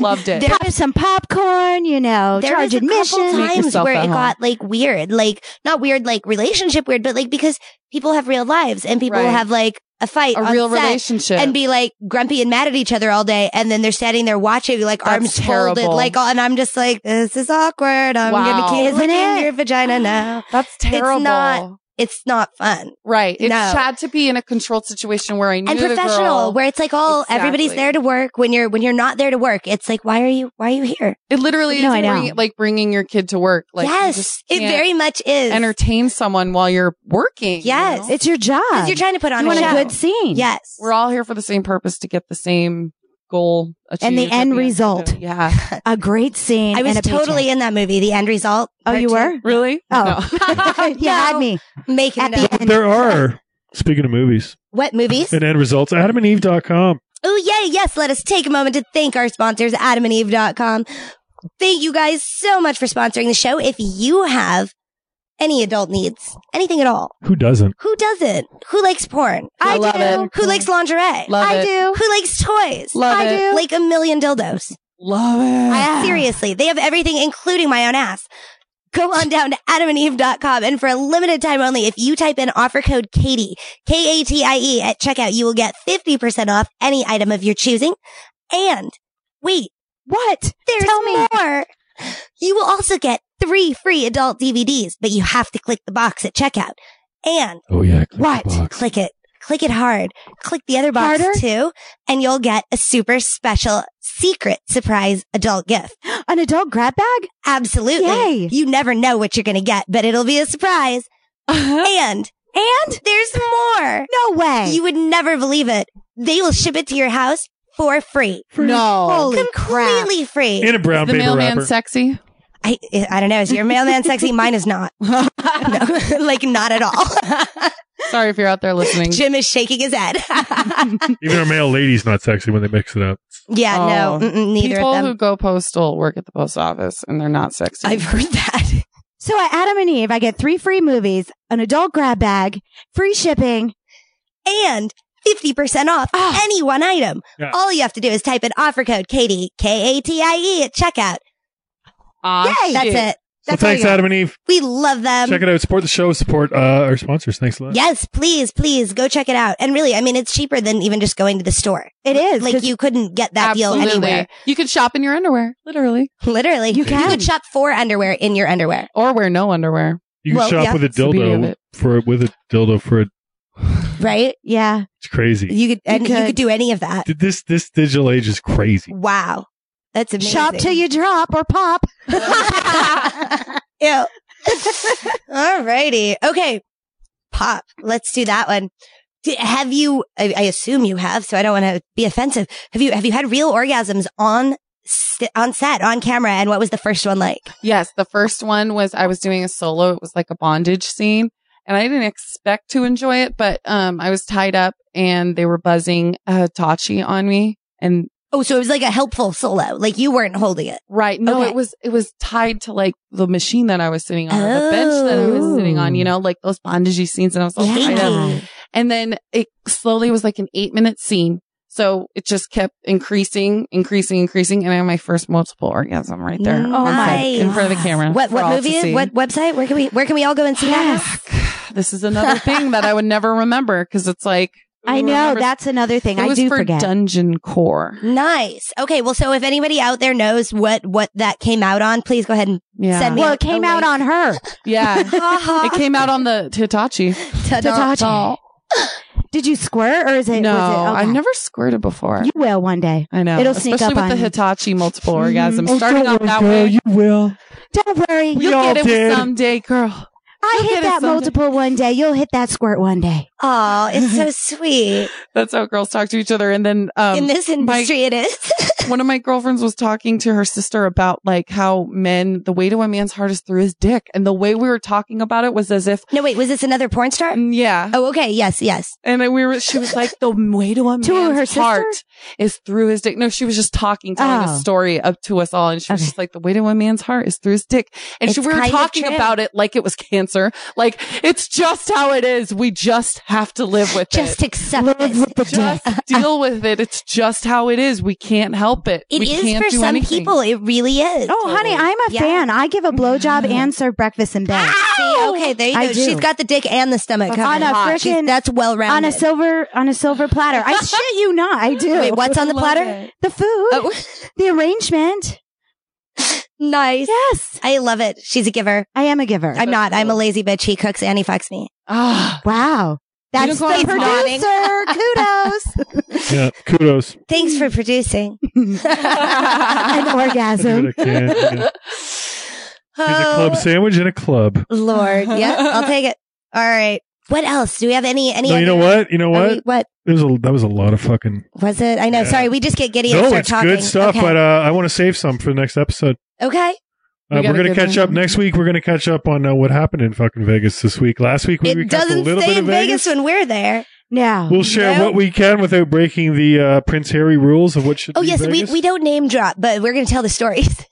[SPEAKER 6] Loved it.
[SPEAKER 3] There
[SPEAKER 4] Pop some popcorn, you know,
[SPEAKER 3] there was
[SPEAKER 4] charge
[SPEAKER 3] a couple
[SPEAKER 4] admission.
[SPEAKER 6] Make
[SPEAKER 3] times
[SPEAKER 6] yourself
[SPEAKER 3] where it
[SPEAKER 6] at home.
[SPEAKER 3] got like weird, like not weird, like relationship weird, but like because people have real lives and people
[SPEAKER 6] Right.
[SPEAKER 3] have like a fight,
[SPEAKER 6] A
[SPEAKER 3] on
[SPEAKER 6] real
[SPEAKER 3] set
[SPEAKER 6] relationship.
[SPEAKER 3] and be like grumpy and mad at each other all day, and then they're standing there watching, like
[SPEAKER 6] That's
[SPEAKER 3] arms folded,
[SPEAKER 6] terrible.
[SPEAKER 3] like all, and I'm just like, this is awkward. I'm
[SPEAKER 6] Wow.
[SPEAKER 3] gonna kiss like,
[SPEAKER 4] Isn't
[SPEAKER 3] in
[SPEAKER 4] it?
[SPEAKER 3] your vagina now.
[SPEAKER 6] That's terrible.
[SPEAKER 3] not- It's not fun
[SPEAKER 6] right. It's
[SPEAKER 3] No.
[SPEAKER 6] sad to be in a controlled situation where I knew
[SPEAKER 3] and
[SPEAKER 6] the
[SPEAKER 3] professional,
[SPEAKER 6] girl-
[SPEAKER 3] where it's like all everybody's
[SPEAKER 6] Exactly.
[SPEAKER 3] there to work. When you're when you're not there to work, it's like why are you why are you here?
[SPEAKER 6] it literally
[SPEAKER 4] No,
[SPEAKER 6] is
[SPEAKER 4] I know.
[SPEAKER 6] bringing- like bringing your kid to work. Like you
[SPEAKER 3] yes,
[SPEAKER 6] just
[SPEAKER 3] it
[SPEAKER 6] can't
[SPEAKER 3] very much is.
[SPEAKER 6] entertain someone while you're working. you
[SPEAKER 3] Yes.
[SPEAKER 6] know?
[SPEAKER 4] It's your job.
[SPEAKER 3] 'Cause you're trying to put on
[SPEAKER 4] You want
[SPEAKER 3] show.
[SPEAKER 4] a good scene.
[SPEAKER 3] Yes.
[SPEAKER 6] we're all here for the same purpose to get the same goal achieved
[SPEAKER 4] And the
[SPEAKER 6] at
[SPEAKER 4] end
[SPEAKER 6] of
[SPEAKER 4] result.
[SPEAKER 6] it. Yeah.
[SPEAKER 4] A great scene.
[SPEAKER 3] I was
[SPEAKER 4] and a
[SPEAKER 3] totally
[SPEAKER 4] paycheck.
[SPEAKER 3] in that movie, The End Result.
[SPEAKER 4] Oh, you
[SPEAKER 3] part
[SPEAKER 4] were?
[SPEAKER 6] Really?
[SPEAKER 4] Oh. you had me.
[SPEAKER 3] two. Making
[SPEAKER 4] At
[SPEAKER 3] it up.
[SPEAKER 4] the end.
[SPEAKER 7] There are, speaking of movies
[SPEAKER 3] What movies?
[SPEAKER 7] and end results, adamandeve.com.
[SPEAKER 3] Oh, yay. Yes. Let us take a moment to thank our sponsors, adamandeve.com. Thank you guys so much for sponsoring the show. If you have any adult needs, anything at all,
[SPEAKER 7] Who doesn't?
[SPEAKER 3] who doesn't? Who likes porn?
[SPEAKER 6] I
[SPEAKER 3] do.
[SPEAKER 6] love it.
[SPEAKER 3] Who likes lingerie?
[SPEAKER 6] Love
[SPEAKER 3] I
[SPEAKER 6] it.
[SPEAKER 3] do. Who likes toys?
[SPEAKER 6] Love
[SPEAKER 3] I
[SPEAKER 6] it.
[SPEAKER 3] do. Like a million dildos.
[SPEAKER 6] Love it.
[SPEAKER 3] Seriously, they have everything, including my own ass. Go on down to adamandeve.com. And for a limited time only, if you type in offer code Katie, K A T I E, at checkout, you will get 50% off any item of your choosing. And wait,
[SPEAKER 4] What?
[SPEAKER 3] there's
[SPEAKER 4] Tell me.
[SPEAKER 3] more. You will also get three free adult DVDs, but you have to click the box at checkout. And
[SPEAKER 7] Oh, yeah.
[SPEAKER 4] What?
[SPEAKER 3] click it. Click it hard. Click the other box
[SPEAKER 4] Harder?
[SPEAKER 3] too, and you'll get a super special secret surprise adult gift.
[SPEAKER 4] An adult grab bag?
[SPEAKER 3] Absolutely.
[SPEAKER 4] Yay.
[SPEAKER 3] You never know what you're going to get, but it'll be a surprise. And, and there's more.
[SPEAKER 4] No way.
[SPEAKER 3] You would never believe it. They will ship it to your house for free.
[SPEAKER 4] no. Holy crap.
[SPEAKER 3] Completely free.
[SPEAKER 7] In a brown
[SPEAKER 6] the
[SPEAKER 7] paper
[SPEAKER 6] mailman
[SPEAKER 7] wrapper.
[SPEAKER 6] sexy.
[SPEAKER 3] I, I don't know. Is your mailman sexy? Mine is not. No. like not at all.
[SPEAKER 6] Sorry if you're out there listening.
[SPEAKER 3] Jim is shaking his head.
[SPEAKER 7] Even our male lady's not sexy when they mix it up.
[SPEAKER 3] yeah,
[SPEAKER 6] Oh.
[SPEAKER 3] no, mm-mm, neither
[SPEAKER 6] People
[SPEAKER 3] of
[SPEAKER 6] who
[SPEAKER 3] them.
[SPEAKER 6] go postal work at the post office and they're not sexy.
[SPEAKER 3] I've heard that.
[SPEAKER 4] So at Adam and Eve, I get three free movies, an adult grab bag, free shipping.
[SPEAKER 3] And 50% off
[SPEAKER 4] Oh.
[SPEAKER 3] any one item.
[SPEAKER 7] Yeah.
[SPEAKER 3] All you have to do is type in offer code Katie, K-A-T-I-E E, at checkout.
[SPEAKER 6] Ah,
[SPEAKER 3] Yay! That's it.
[SPEAKER 6] shit.
[SPEAKER 7] Well,
[SPEAKER 3] That's all
[SPEAKER 7] thanks,
[SPEAKER 3] you got.
[SPEAKER 7] Adam and Eve.
[SPEAKER 3] We love
[SPEAKER 6] Um,
[SPEAKER 3] them.
[SPEAKER 7] Check it out. Support the show. Support uh, our sponsors. Thanks a lot.
[SPEAKER 3] Yes, please, please go check it out. And really, I mean, it's cheaper than even just going to the store.
[SPEAKER 4] It is.
[SPEAKER 3] Like
[SPEAKER 4] 'cause
[SPEAKER 3] you couldn't get that
[SPEAKER 6] Absolutely.
[SPEAKER 3] deal anywhere.
[SPEAKER 6] You could shop in your underwear, literally,
[SPEAKER 3] Literally,
[SPEAKER 4] You can.
[SPEAKER 3] could shop for underwear in your underwear.
[SPEAKER 6] or wear no underwear.
[SPEAKER 7] You can
[SPEAKER 3] Well,
[SPEAKER 7] shop
[SPEAKER 3] yeah.
[SPEAKER 7] with a
[SPEAKER 6] It's the beauty of
[SPEAKER 7] dildo
[SPEAKER 6] it.
[SPEAKER 7] for with a dildo for a,
[SPEAKER 3] Right?
[SPEAKER 4] Yeah.
[SPEAKER 7] it's crazy.
[SPEAKER 3] You could, and you could.
[SPEAKER 4] could.
[SPEAKER 3] do any of that.
[SPEAKER 7] Th- this this digital age is crazy.
[SPEAKER 3] Wow. That's amazing.
[SPEAKER 4] Shop till you drop or pop.
[SPEAKER 3] Ew. Alrighty. Okay. Pop. Let's do that one. d- have you? I, I assume you have, so I don't want to be offensive. Have you? Have you had real orgasms on st- on set on camera? And what was the first one like?
[SPEAKER 6] Yes, the first one was I was doing a solo. It was like a bondage scene, and I didn't expect to enjoy it, but um, I was tied up and they were buzzing Hitachi on me, and
[SPEAKER 3] Oh, so it was like a helpful solo. Like you weren't holding it.
[SPEAKER 6] right, no,
[SPEAKER 3] Okay.
[SPEAKER 6] it was it was tied to like the machine that I was sitting on, or the bench that I was sitting on, you know, like those bondagey scenes, and I was all tied up. And then it slowly was like an eight minute scene. So it just kept increasing, increasing, increasing. And I had my first multiple orgasm right there.
[SPEAKER 3] Oh
[SPEAKER 6] on
[SPEAKER 3] my
[SPEAKER 6] set, In front of the camera.
[SPEAKER 3] What
[SPEAKER 6] for
[SPEAKER 3] what
[SPEAKER 6] all to
[SPEAKER 3] movie?
[SPEAKER 6] see.
[SPEAKER 3] What website? Where can we where can we all go and see that?
[SPEAKER 6] This is another thing that I would never remember because it's like,
[SPEAKER 4] I
[SPEAKER 6] who
[SPEAKER 4] know
[SPEAKER 6] remembers-
[SPEAKER 4] that's another thing.
[SPEAKER 6] It
[SPEAKER 4] I
[SPEAKER 6] was
[SPEAKER 4] do
[SPEAKER 6] for
[SPEAKER 4] forget.
[SPEAKER 6] Dungeon Core.
[SPEAKER 3] Nice. Okay. Well, so if anybody out there knows what what that came out on, please go ahead and
[SPEAKER 6] Yeah.
[SPEAKER 3] send me.
[SPEAKER 4] well,
[SPEAKER 3] a-
[SPEAKER 4] it came
[SPEAKER 3] a
[SPEAKER 4] out
[SPEAKER 3] link.
[SPEAKER 4] on her.
[SPEAKER 6] Yeah. it
[SPEAKER 3] Ha
[SPEAKER 6] came out on the Hitachi.
[SPEAKER 3] ha. Ta-da.
[SPEAKER 4] Hitachi. Did you squirt or is it?
[SPEAKER 6] no,
[SPEAKER 4] was it,
[SPEAKER 6] I've
[SPEAKER 4] okay.
[SPEAKER 6] never squirted before.
[SPEAKER 4] You will one day.
[SPEAKER 6] I know.
[SPEAKER 4] It'll sneak
[SPEAKER 6] Especially
[SPEAKER 4] up
[SPEAKER 6] with
[SPEAKER 4] on
[SPEAKER 6] the
[SPEAKER 4] you.
[SPEAKER 6] Hitachi multiple orgasm.
[SPEAKER 7] Oh,
[SPEAKER 6] Starting
[SPEAKER 7] don't worry,
[SPEAKER 6] off that
[SPEAKER 7] girl,
[SPEAKER 6] way.
[SPEAKER 7] You will.
[SPEAKER 4] Don't worry.
[SPEAKER 7] We
[SPEAKER 6] You'll
[SPEAKER 7] all
[SPEAKER 6] get it
[SPEAKER 7] did.
[SPEAKER 6] someday, girl.
[SPEAKER 4] I
[SPEAKER 6] You'll
[SPEAKER 4] hit
[SPEAKER 6] get it
[SPEAKER 4] that
[SPEAKER 6] someday.
[SPEAKER 4] multiple one day. You'll hit that squirt one day.
[SPEAKER 3] Oh, it's so sweet.
[SPEAKER 6] That's how girls talk to each other. And then um,
[SPEAKER 3] In this industry, it is.
[SPEAKER 6] one of my girlfriends was talking to her sister about like how men, the way to a man's heart is through his dick. And the way we were talking about it was as if,
[SPEAKER 3] no, wait. Was this another porn star?
[SPEAKER 6] mm, yeah.
[SPEAKER 3] Oh, okay. Yes, yes.
[SPEAKER 6] And then we were, she was like, the way to a
[SPEAKER 4] To her
[SPEAKER 6] man's
[SPEAKER 4] sister?
[SPEAKER 6] heart is through his dick. No, she was just talking, telling
[SPEAKER 4] Oh.
[SPEAKER 6] a story up to us all. And she was
[SPEAKER 4] Okay.
[SPEAKER 6] just like, the way to a man's heart is through his dick. And she,
[SPEAKER 3] It's
[SPEAKER 6] we were
[SPEAKER 3] kinda
[SPEAKER 6] talking
[SPEAKER 3] true.
[SPEAKER 6] about it like it was cancer. Like it's just how it is. We just have to live
[SPEAKER 4] Uh,
[SPEAKER 6] with it.
[SPEAKER 3] Just accept it.
[SPEAKER 6] just deal with it. It's just how it is. We can't help it.
[SPEAKER 3] It
[SPEAKER 6] we
[SPEAKER 3] is
[SPEAKER 6] can't
[SPEAKER 3] for
[SPEAKER 6] do
[SPEAKER 3] some
[SPEAKER 6] anything.
[SPEAKER 3] people. It really is.
[SPEAKER 4] Oh, honey, I'm a
[SPEAKER 3] Yeah. Ah!
[SPEAKER 4] fan. I give a
[SPEAKER 6] Mm-hmm.
[SPEAKER 4] blowjob and serve breakfast in bed.
[SPEAKER 3] See, okay, there you
[SPEAKER 4] I
[SPEAKER 3] go.
[SPEAKER 4] do.
[SPEAKER 3] She's got the dick and the stomach.
[SPEAKER 4] That's
[SPEAKER 3] covered.
[SPEAKER 4] On a
[SPEAKER 3] She's-
[SPEAKER 4] frickin-
[SPEAKER 3] that's well rounded.
[SPEAKER 4] on a silver on a silver platter. I shit you not. I do.
[SPEAKER 3] Wait, what's on the
[SPEAKER 6] Love
[SPEAKER 3] platter?
[SPEAKER 6] it.
[SPEAKER 4] The food,
[SPEAKER 3] Oh,
[SPEAKER 4] the arrangement.
[SPEAKER 3] nice.
[SPEAKER 4] Yes,
[SPEAKER 3] I love it. She's a giver.
[SPEAKER 4] I am a giver.
[SPEAKER 3] I'm not. I'm a lazy bitch. He cooks and he fucks me.
[SPEAKER 6] Ah,
[SPEAKER 4] wow, that's
[SPEAKER 6] don't go
[SPEAKER 4] the
[SPEAKER 6] on nodding.
[SPEAKER 4] producer. Kudos.
[SPEAKER 7] Yeah, kudos.
[SPEAKER 3] Thanks
[SPEAKER 4] Mm.
[SPEAKER 3] for producing.
[SPEAKER 4] An orgasm.
[SPEAKER 7] I can. Yeah. Here's a
[SPEAKER 3] Uh,
[SPEAKER 7] club sandwich and a club.
[SPEAKER 3] Oh, Lord. Yeah, I'll take it. All right. What else? Do we have any? Any?
[SPEAKER 7] No, you know
[SPEAKER 3] other-
[SPEAKER 7] what? You know
[SPEAKER 3] Are
[SPEAKER 7] what?
[SPEAKER 3] we- what
[SPEAKER 7] It was a, that was a lot of fucking.
[SPEAKER 3] was it? I know.
[SPEAKER 7] Yeah.
[SPEAKER 3] Sorry, we just get giddy and
[SPEAKER 7] No,
[SPEAKER 3] start
[SPEAKER 7] it's
[SPEAKER 3] talking.
[SPEAKER 7] good stuff,
[SPEAKER 3] Okay.
[SPEAKER 7] but uh, I want to save some for the next episode.
[SPEAKER 3] okay.
[SPEAKER 6] We
[SPEAKER 7] Uh,
[SPEAKER 6] got
[SPEAKER 7] we're
[SPEAKER 6] a
[SPEAKER 7] gonna
[SPEAKER 6] good
[SPEAKER 7] catch
[SPEAKER 6] one.
[SPEAKER 7] up next week. We're gonna catch up on uh, what happened in fucking Vegas this week. Last week we
[SPEAKER 3] It
[SPEAKER 7] recapped a
[SPEAKER 3] doesn't
[SPEAKER 7] little bit
[SPEAKER 3] stay in
[SPEAKER 7] of
[SPEAKER 3] Vegas when we're there.
[SPEAKER 4] No.
[SPEAKER 7] We'll share
[SPEAKER 3] No.
[SPEAKER 7] what we can without breaking the uh, Prince Harry rules of what should.
[SPEAKER 3] Oh
[SPEAKER 7] be
[SPEAKER 3] yes, we,
[SPEAKER 7] Vegas.
[SPEAKER 3] we don't name drop, but we're gonna tell the stories.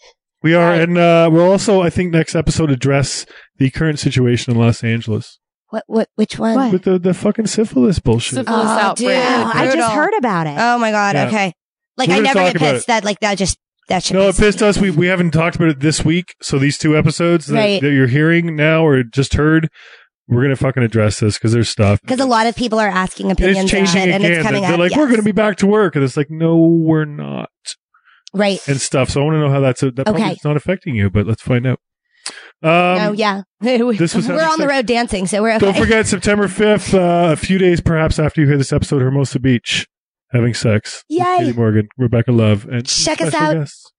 [SPEAKER 7] We are, and uh, we'll also, I think, next episode address the current situation in Los Angeles
[SPEAKER 3] What? What? Which one? Oh,
[SPEAKER 4] What?
[SPEAKER 7] with the, the fucking syphilis bullshit.
[SPEAKER 6] Syphilis outbreak.
[SPEAKER 3] dude.
[SPEAKER 4] Wow, I just
[SPEAKER 3] Brutal.
[SPEAKER 4] heard about it.
[SPEAKER 3] Oh my god.
[SPEAKER 7] Yeah.
[SPEAKER 3] Okay. Like I
[SPEAKER 7] We're gonna
[SPEAKER 3] never
[SPEAKER 7] talk
[SPEAKER 3] get
[SPEAKER 7] about
[SPEAKER 3] pissed. That like that just that should.
[SPEAKER 7] no, it pissed us. We we haven't talked about it this week, so these two episodes that,
[SPEAKER 3] Right.
[SPEAKER 7] that you're hearing now or just heard, we're gonna fucking address this because there's stuff.
[SPEAKER 3] because a lot of people are asking
[SPEAKER 7] And
[SPEAKER 3] opinions
[SPEAKER 7] it's
[SPEAKER 3] on
[SPEAKER 7] changing
[SPEAKER 3] it, and
[SPEAKER 7] again.
[SPEAKER 3] it's coming
[SPEAKER 7] They're
[SPEAKER 3] out.
[SPEAKER 7] like,
[SPEAKER 3] yes.
[SPEAKER 7] we're going to be back to work, and it's like, no, we're not,
[SPEAKER 3] right.
[SPEAKER 7] and stuff. So I want to know how that's that probably
[SPEAKER 3] Okay.
[SPEAKER 7] is not affecting you, but let's find out.
[SPEAKER 3] oh
[SPEAKER 7] Um,
[SPEAKER 3] yeah.
[SPEAKER 7] this was
[SPEAKER 3] we're on the
[SPEAKER 7] episode-
[SPEAKER 3] road dancing, so we're okay.
[SPEAKER 7] Don't forget September 5th, uh, a few days perhaps after you hear this episode, Hermosa Beach, having sex. with
[SPEAKER 3] Yay.
[SPEAKER 7] Katie Morgan, Rebecca Love, and
[SPEAKER 3] Check us
[SPEAKER 7] special
[SPEAKER 3] out.
[SPEAKER 7] guests.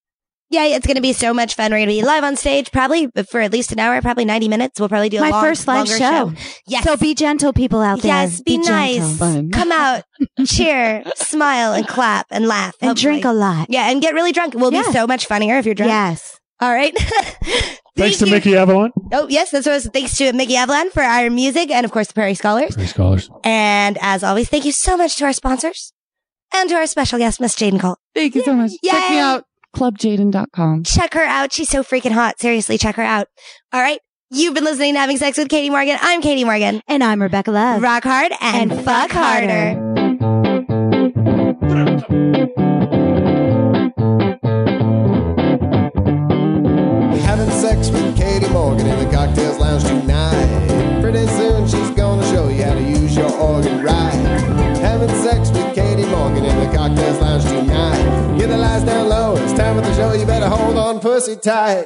[SPEAKER 3] Yeah, it's going to be so much fun. We're going to be live on stage probably for at least an hour, probably 90 minutes. We'll probably do a
[SPEAKER 4] My
[SPEAKER 3] long-
[SPEAKER 4] first live
[SPEAKER 3] longer
[SPEAKER 4] show.
[SPEAKER 3] Yes.
[SPEAKER 4] So be gentle, people out there.
[SPEAKER 3] Yes, be nice.
[SPEAKER 4] gentle.
[SPEAKER 6] fun.
[SPEAKER 3] Come out, cheer, smile, and clap and laugh.
[SPEAKER 4] and drink a
[SPEAKER 3] hopefully.
[SPEAKER 4] lot.
[SPEAKER 3] Yeah, and get really drunk. We'll
[SPEAKER 4] Yeah.
[SPEAKER 3] be so much funnier if you're drunk.
[SPEAKER 4] Yes.
[SPEAKER 3] All right.
[SPEAKER 7] Thanks
[SPEAKER 3] Thank
[SPEAKER 7] to
[SPEAKER 3] you.
[SPEAKER 7] Mickey Avalon.
[SPEAKER 3] Oh, yes. That's what I was. Thanks to Mickey Avalon for our music and, of course, the Prairie Scholars.
[SPEAKER 7] Three scholars.
[SPEAKER 3] And as always, thank you so much to our sponsors and to our special guest, Miss Jaden Cole.
[SPEAKER 6] Thank you so much. Check
[SPEAKER 3] Yay.
[SPEAKER 6] me out. Clubjaden.com.
[SPEAKER 3] Check her out. She's so freaking hot. Seriously, check her out. All right. You've been listening to Having Sex with Katie Morgan. I'm Katie Morgan.
[SPEAKER 4] And I'm Rebecca Love.
[SPEAKER 3] Rock hard and,
[SPEAKER 4] And
[SPEAKER 3] fuck
[SPEAKER 4] fuck harder.
[SPEAKER 3] harder.
[SPEAKER 2] Having sex with Katie Morgan in the cocktails lounge tonight. Pretty soon she's gonna show you how to use your organ right. Having sex with Katie Morgan in the cocktails lounge tonight. Get the lights down low, it's time for the show. You better hold on, pussy tight.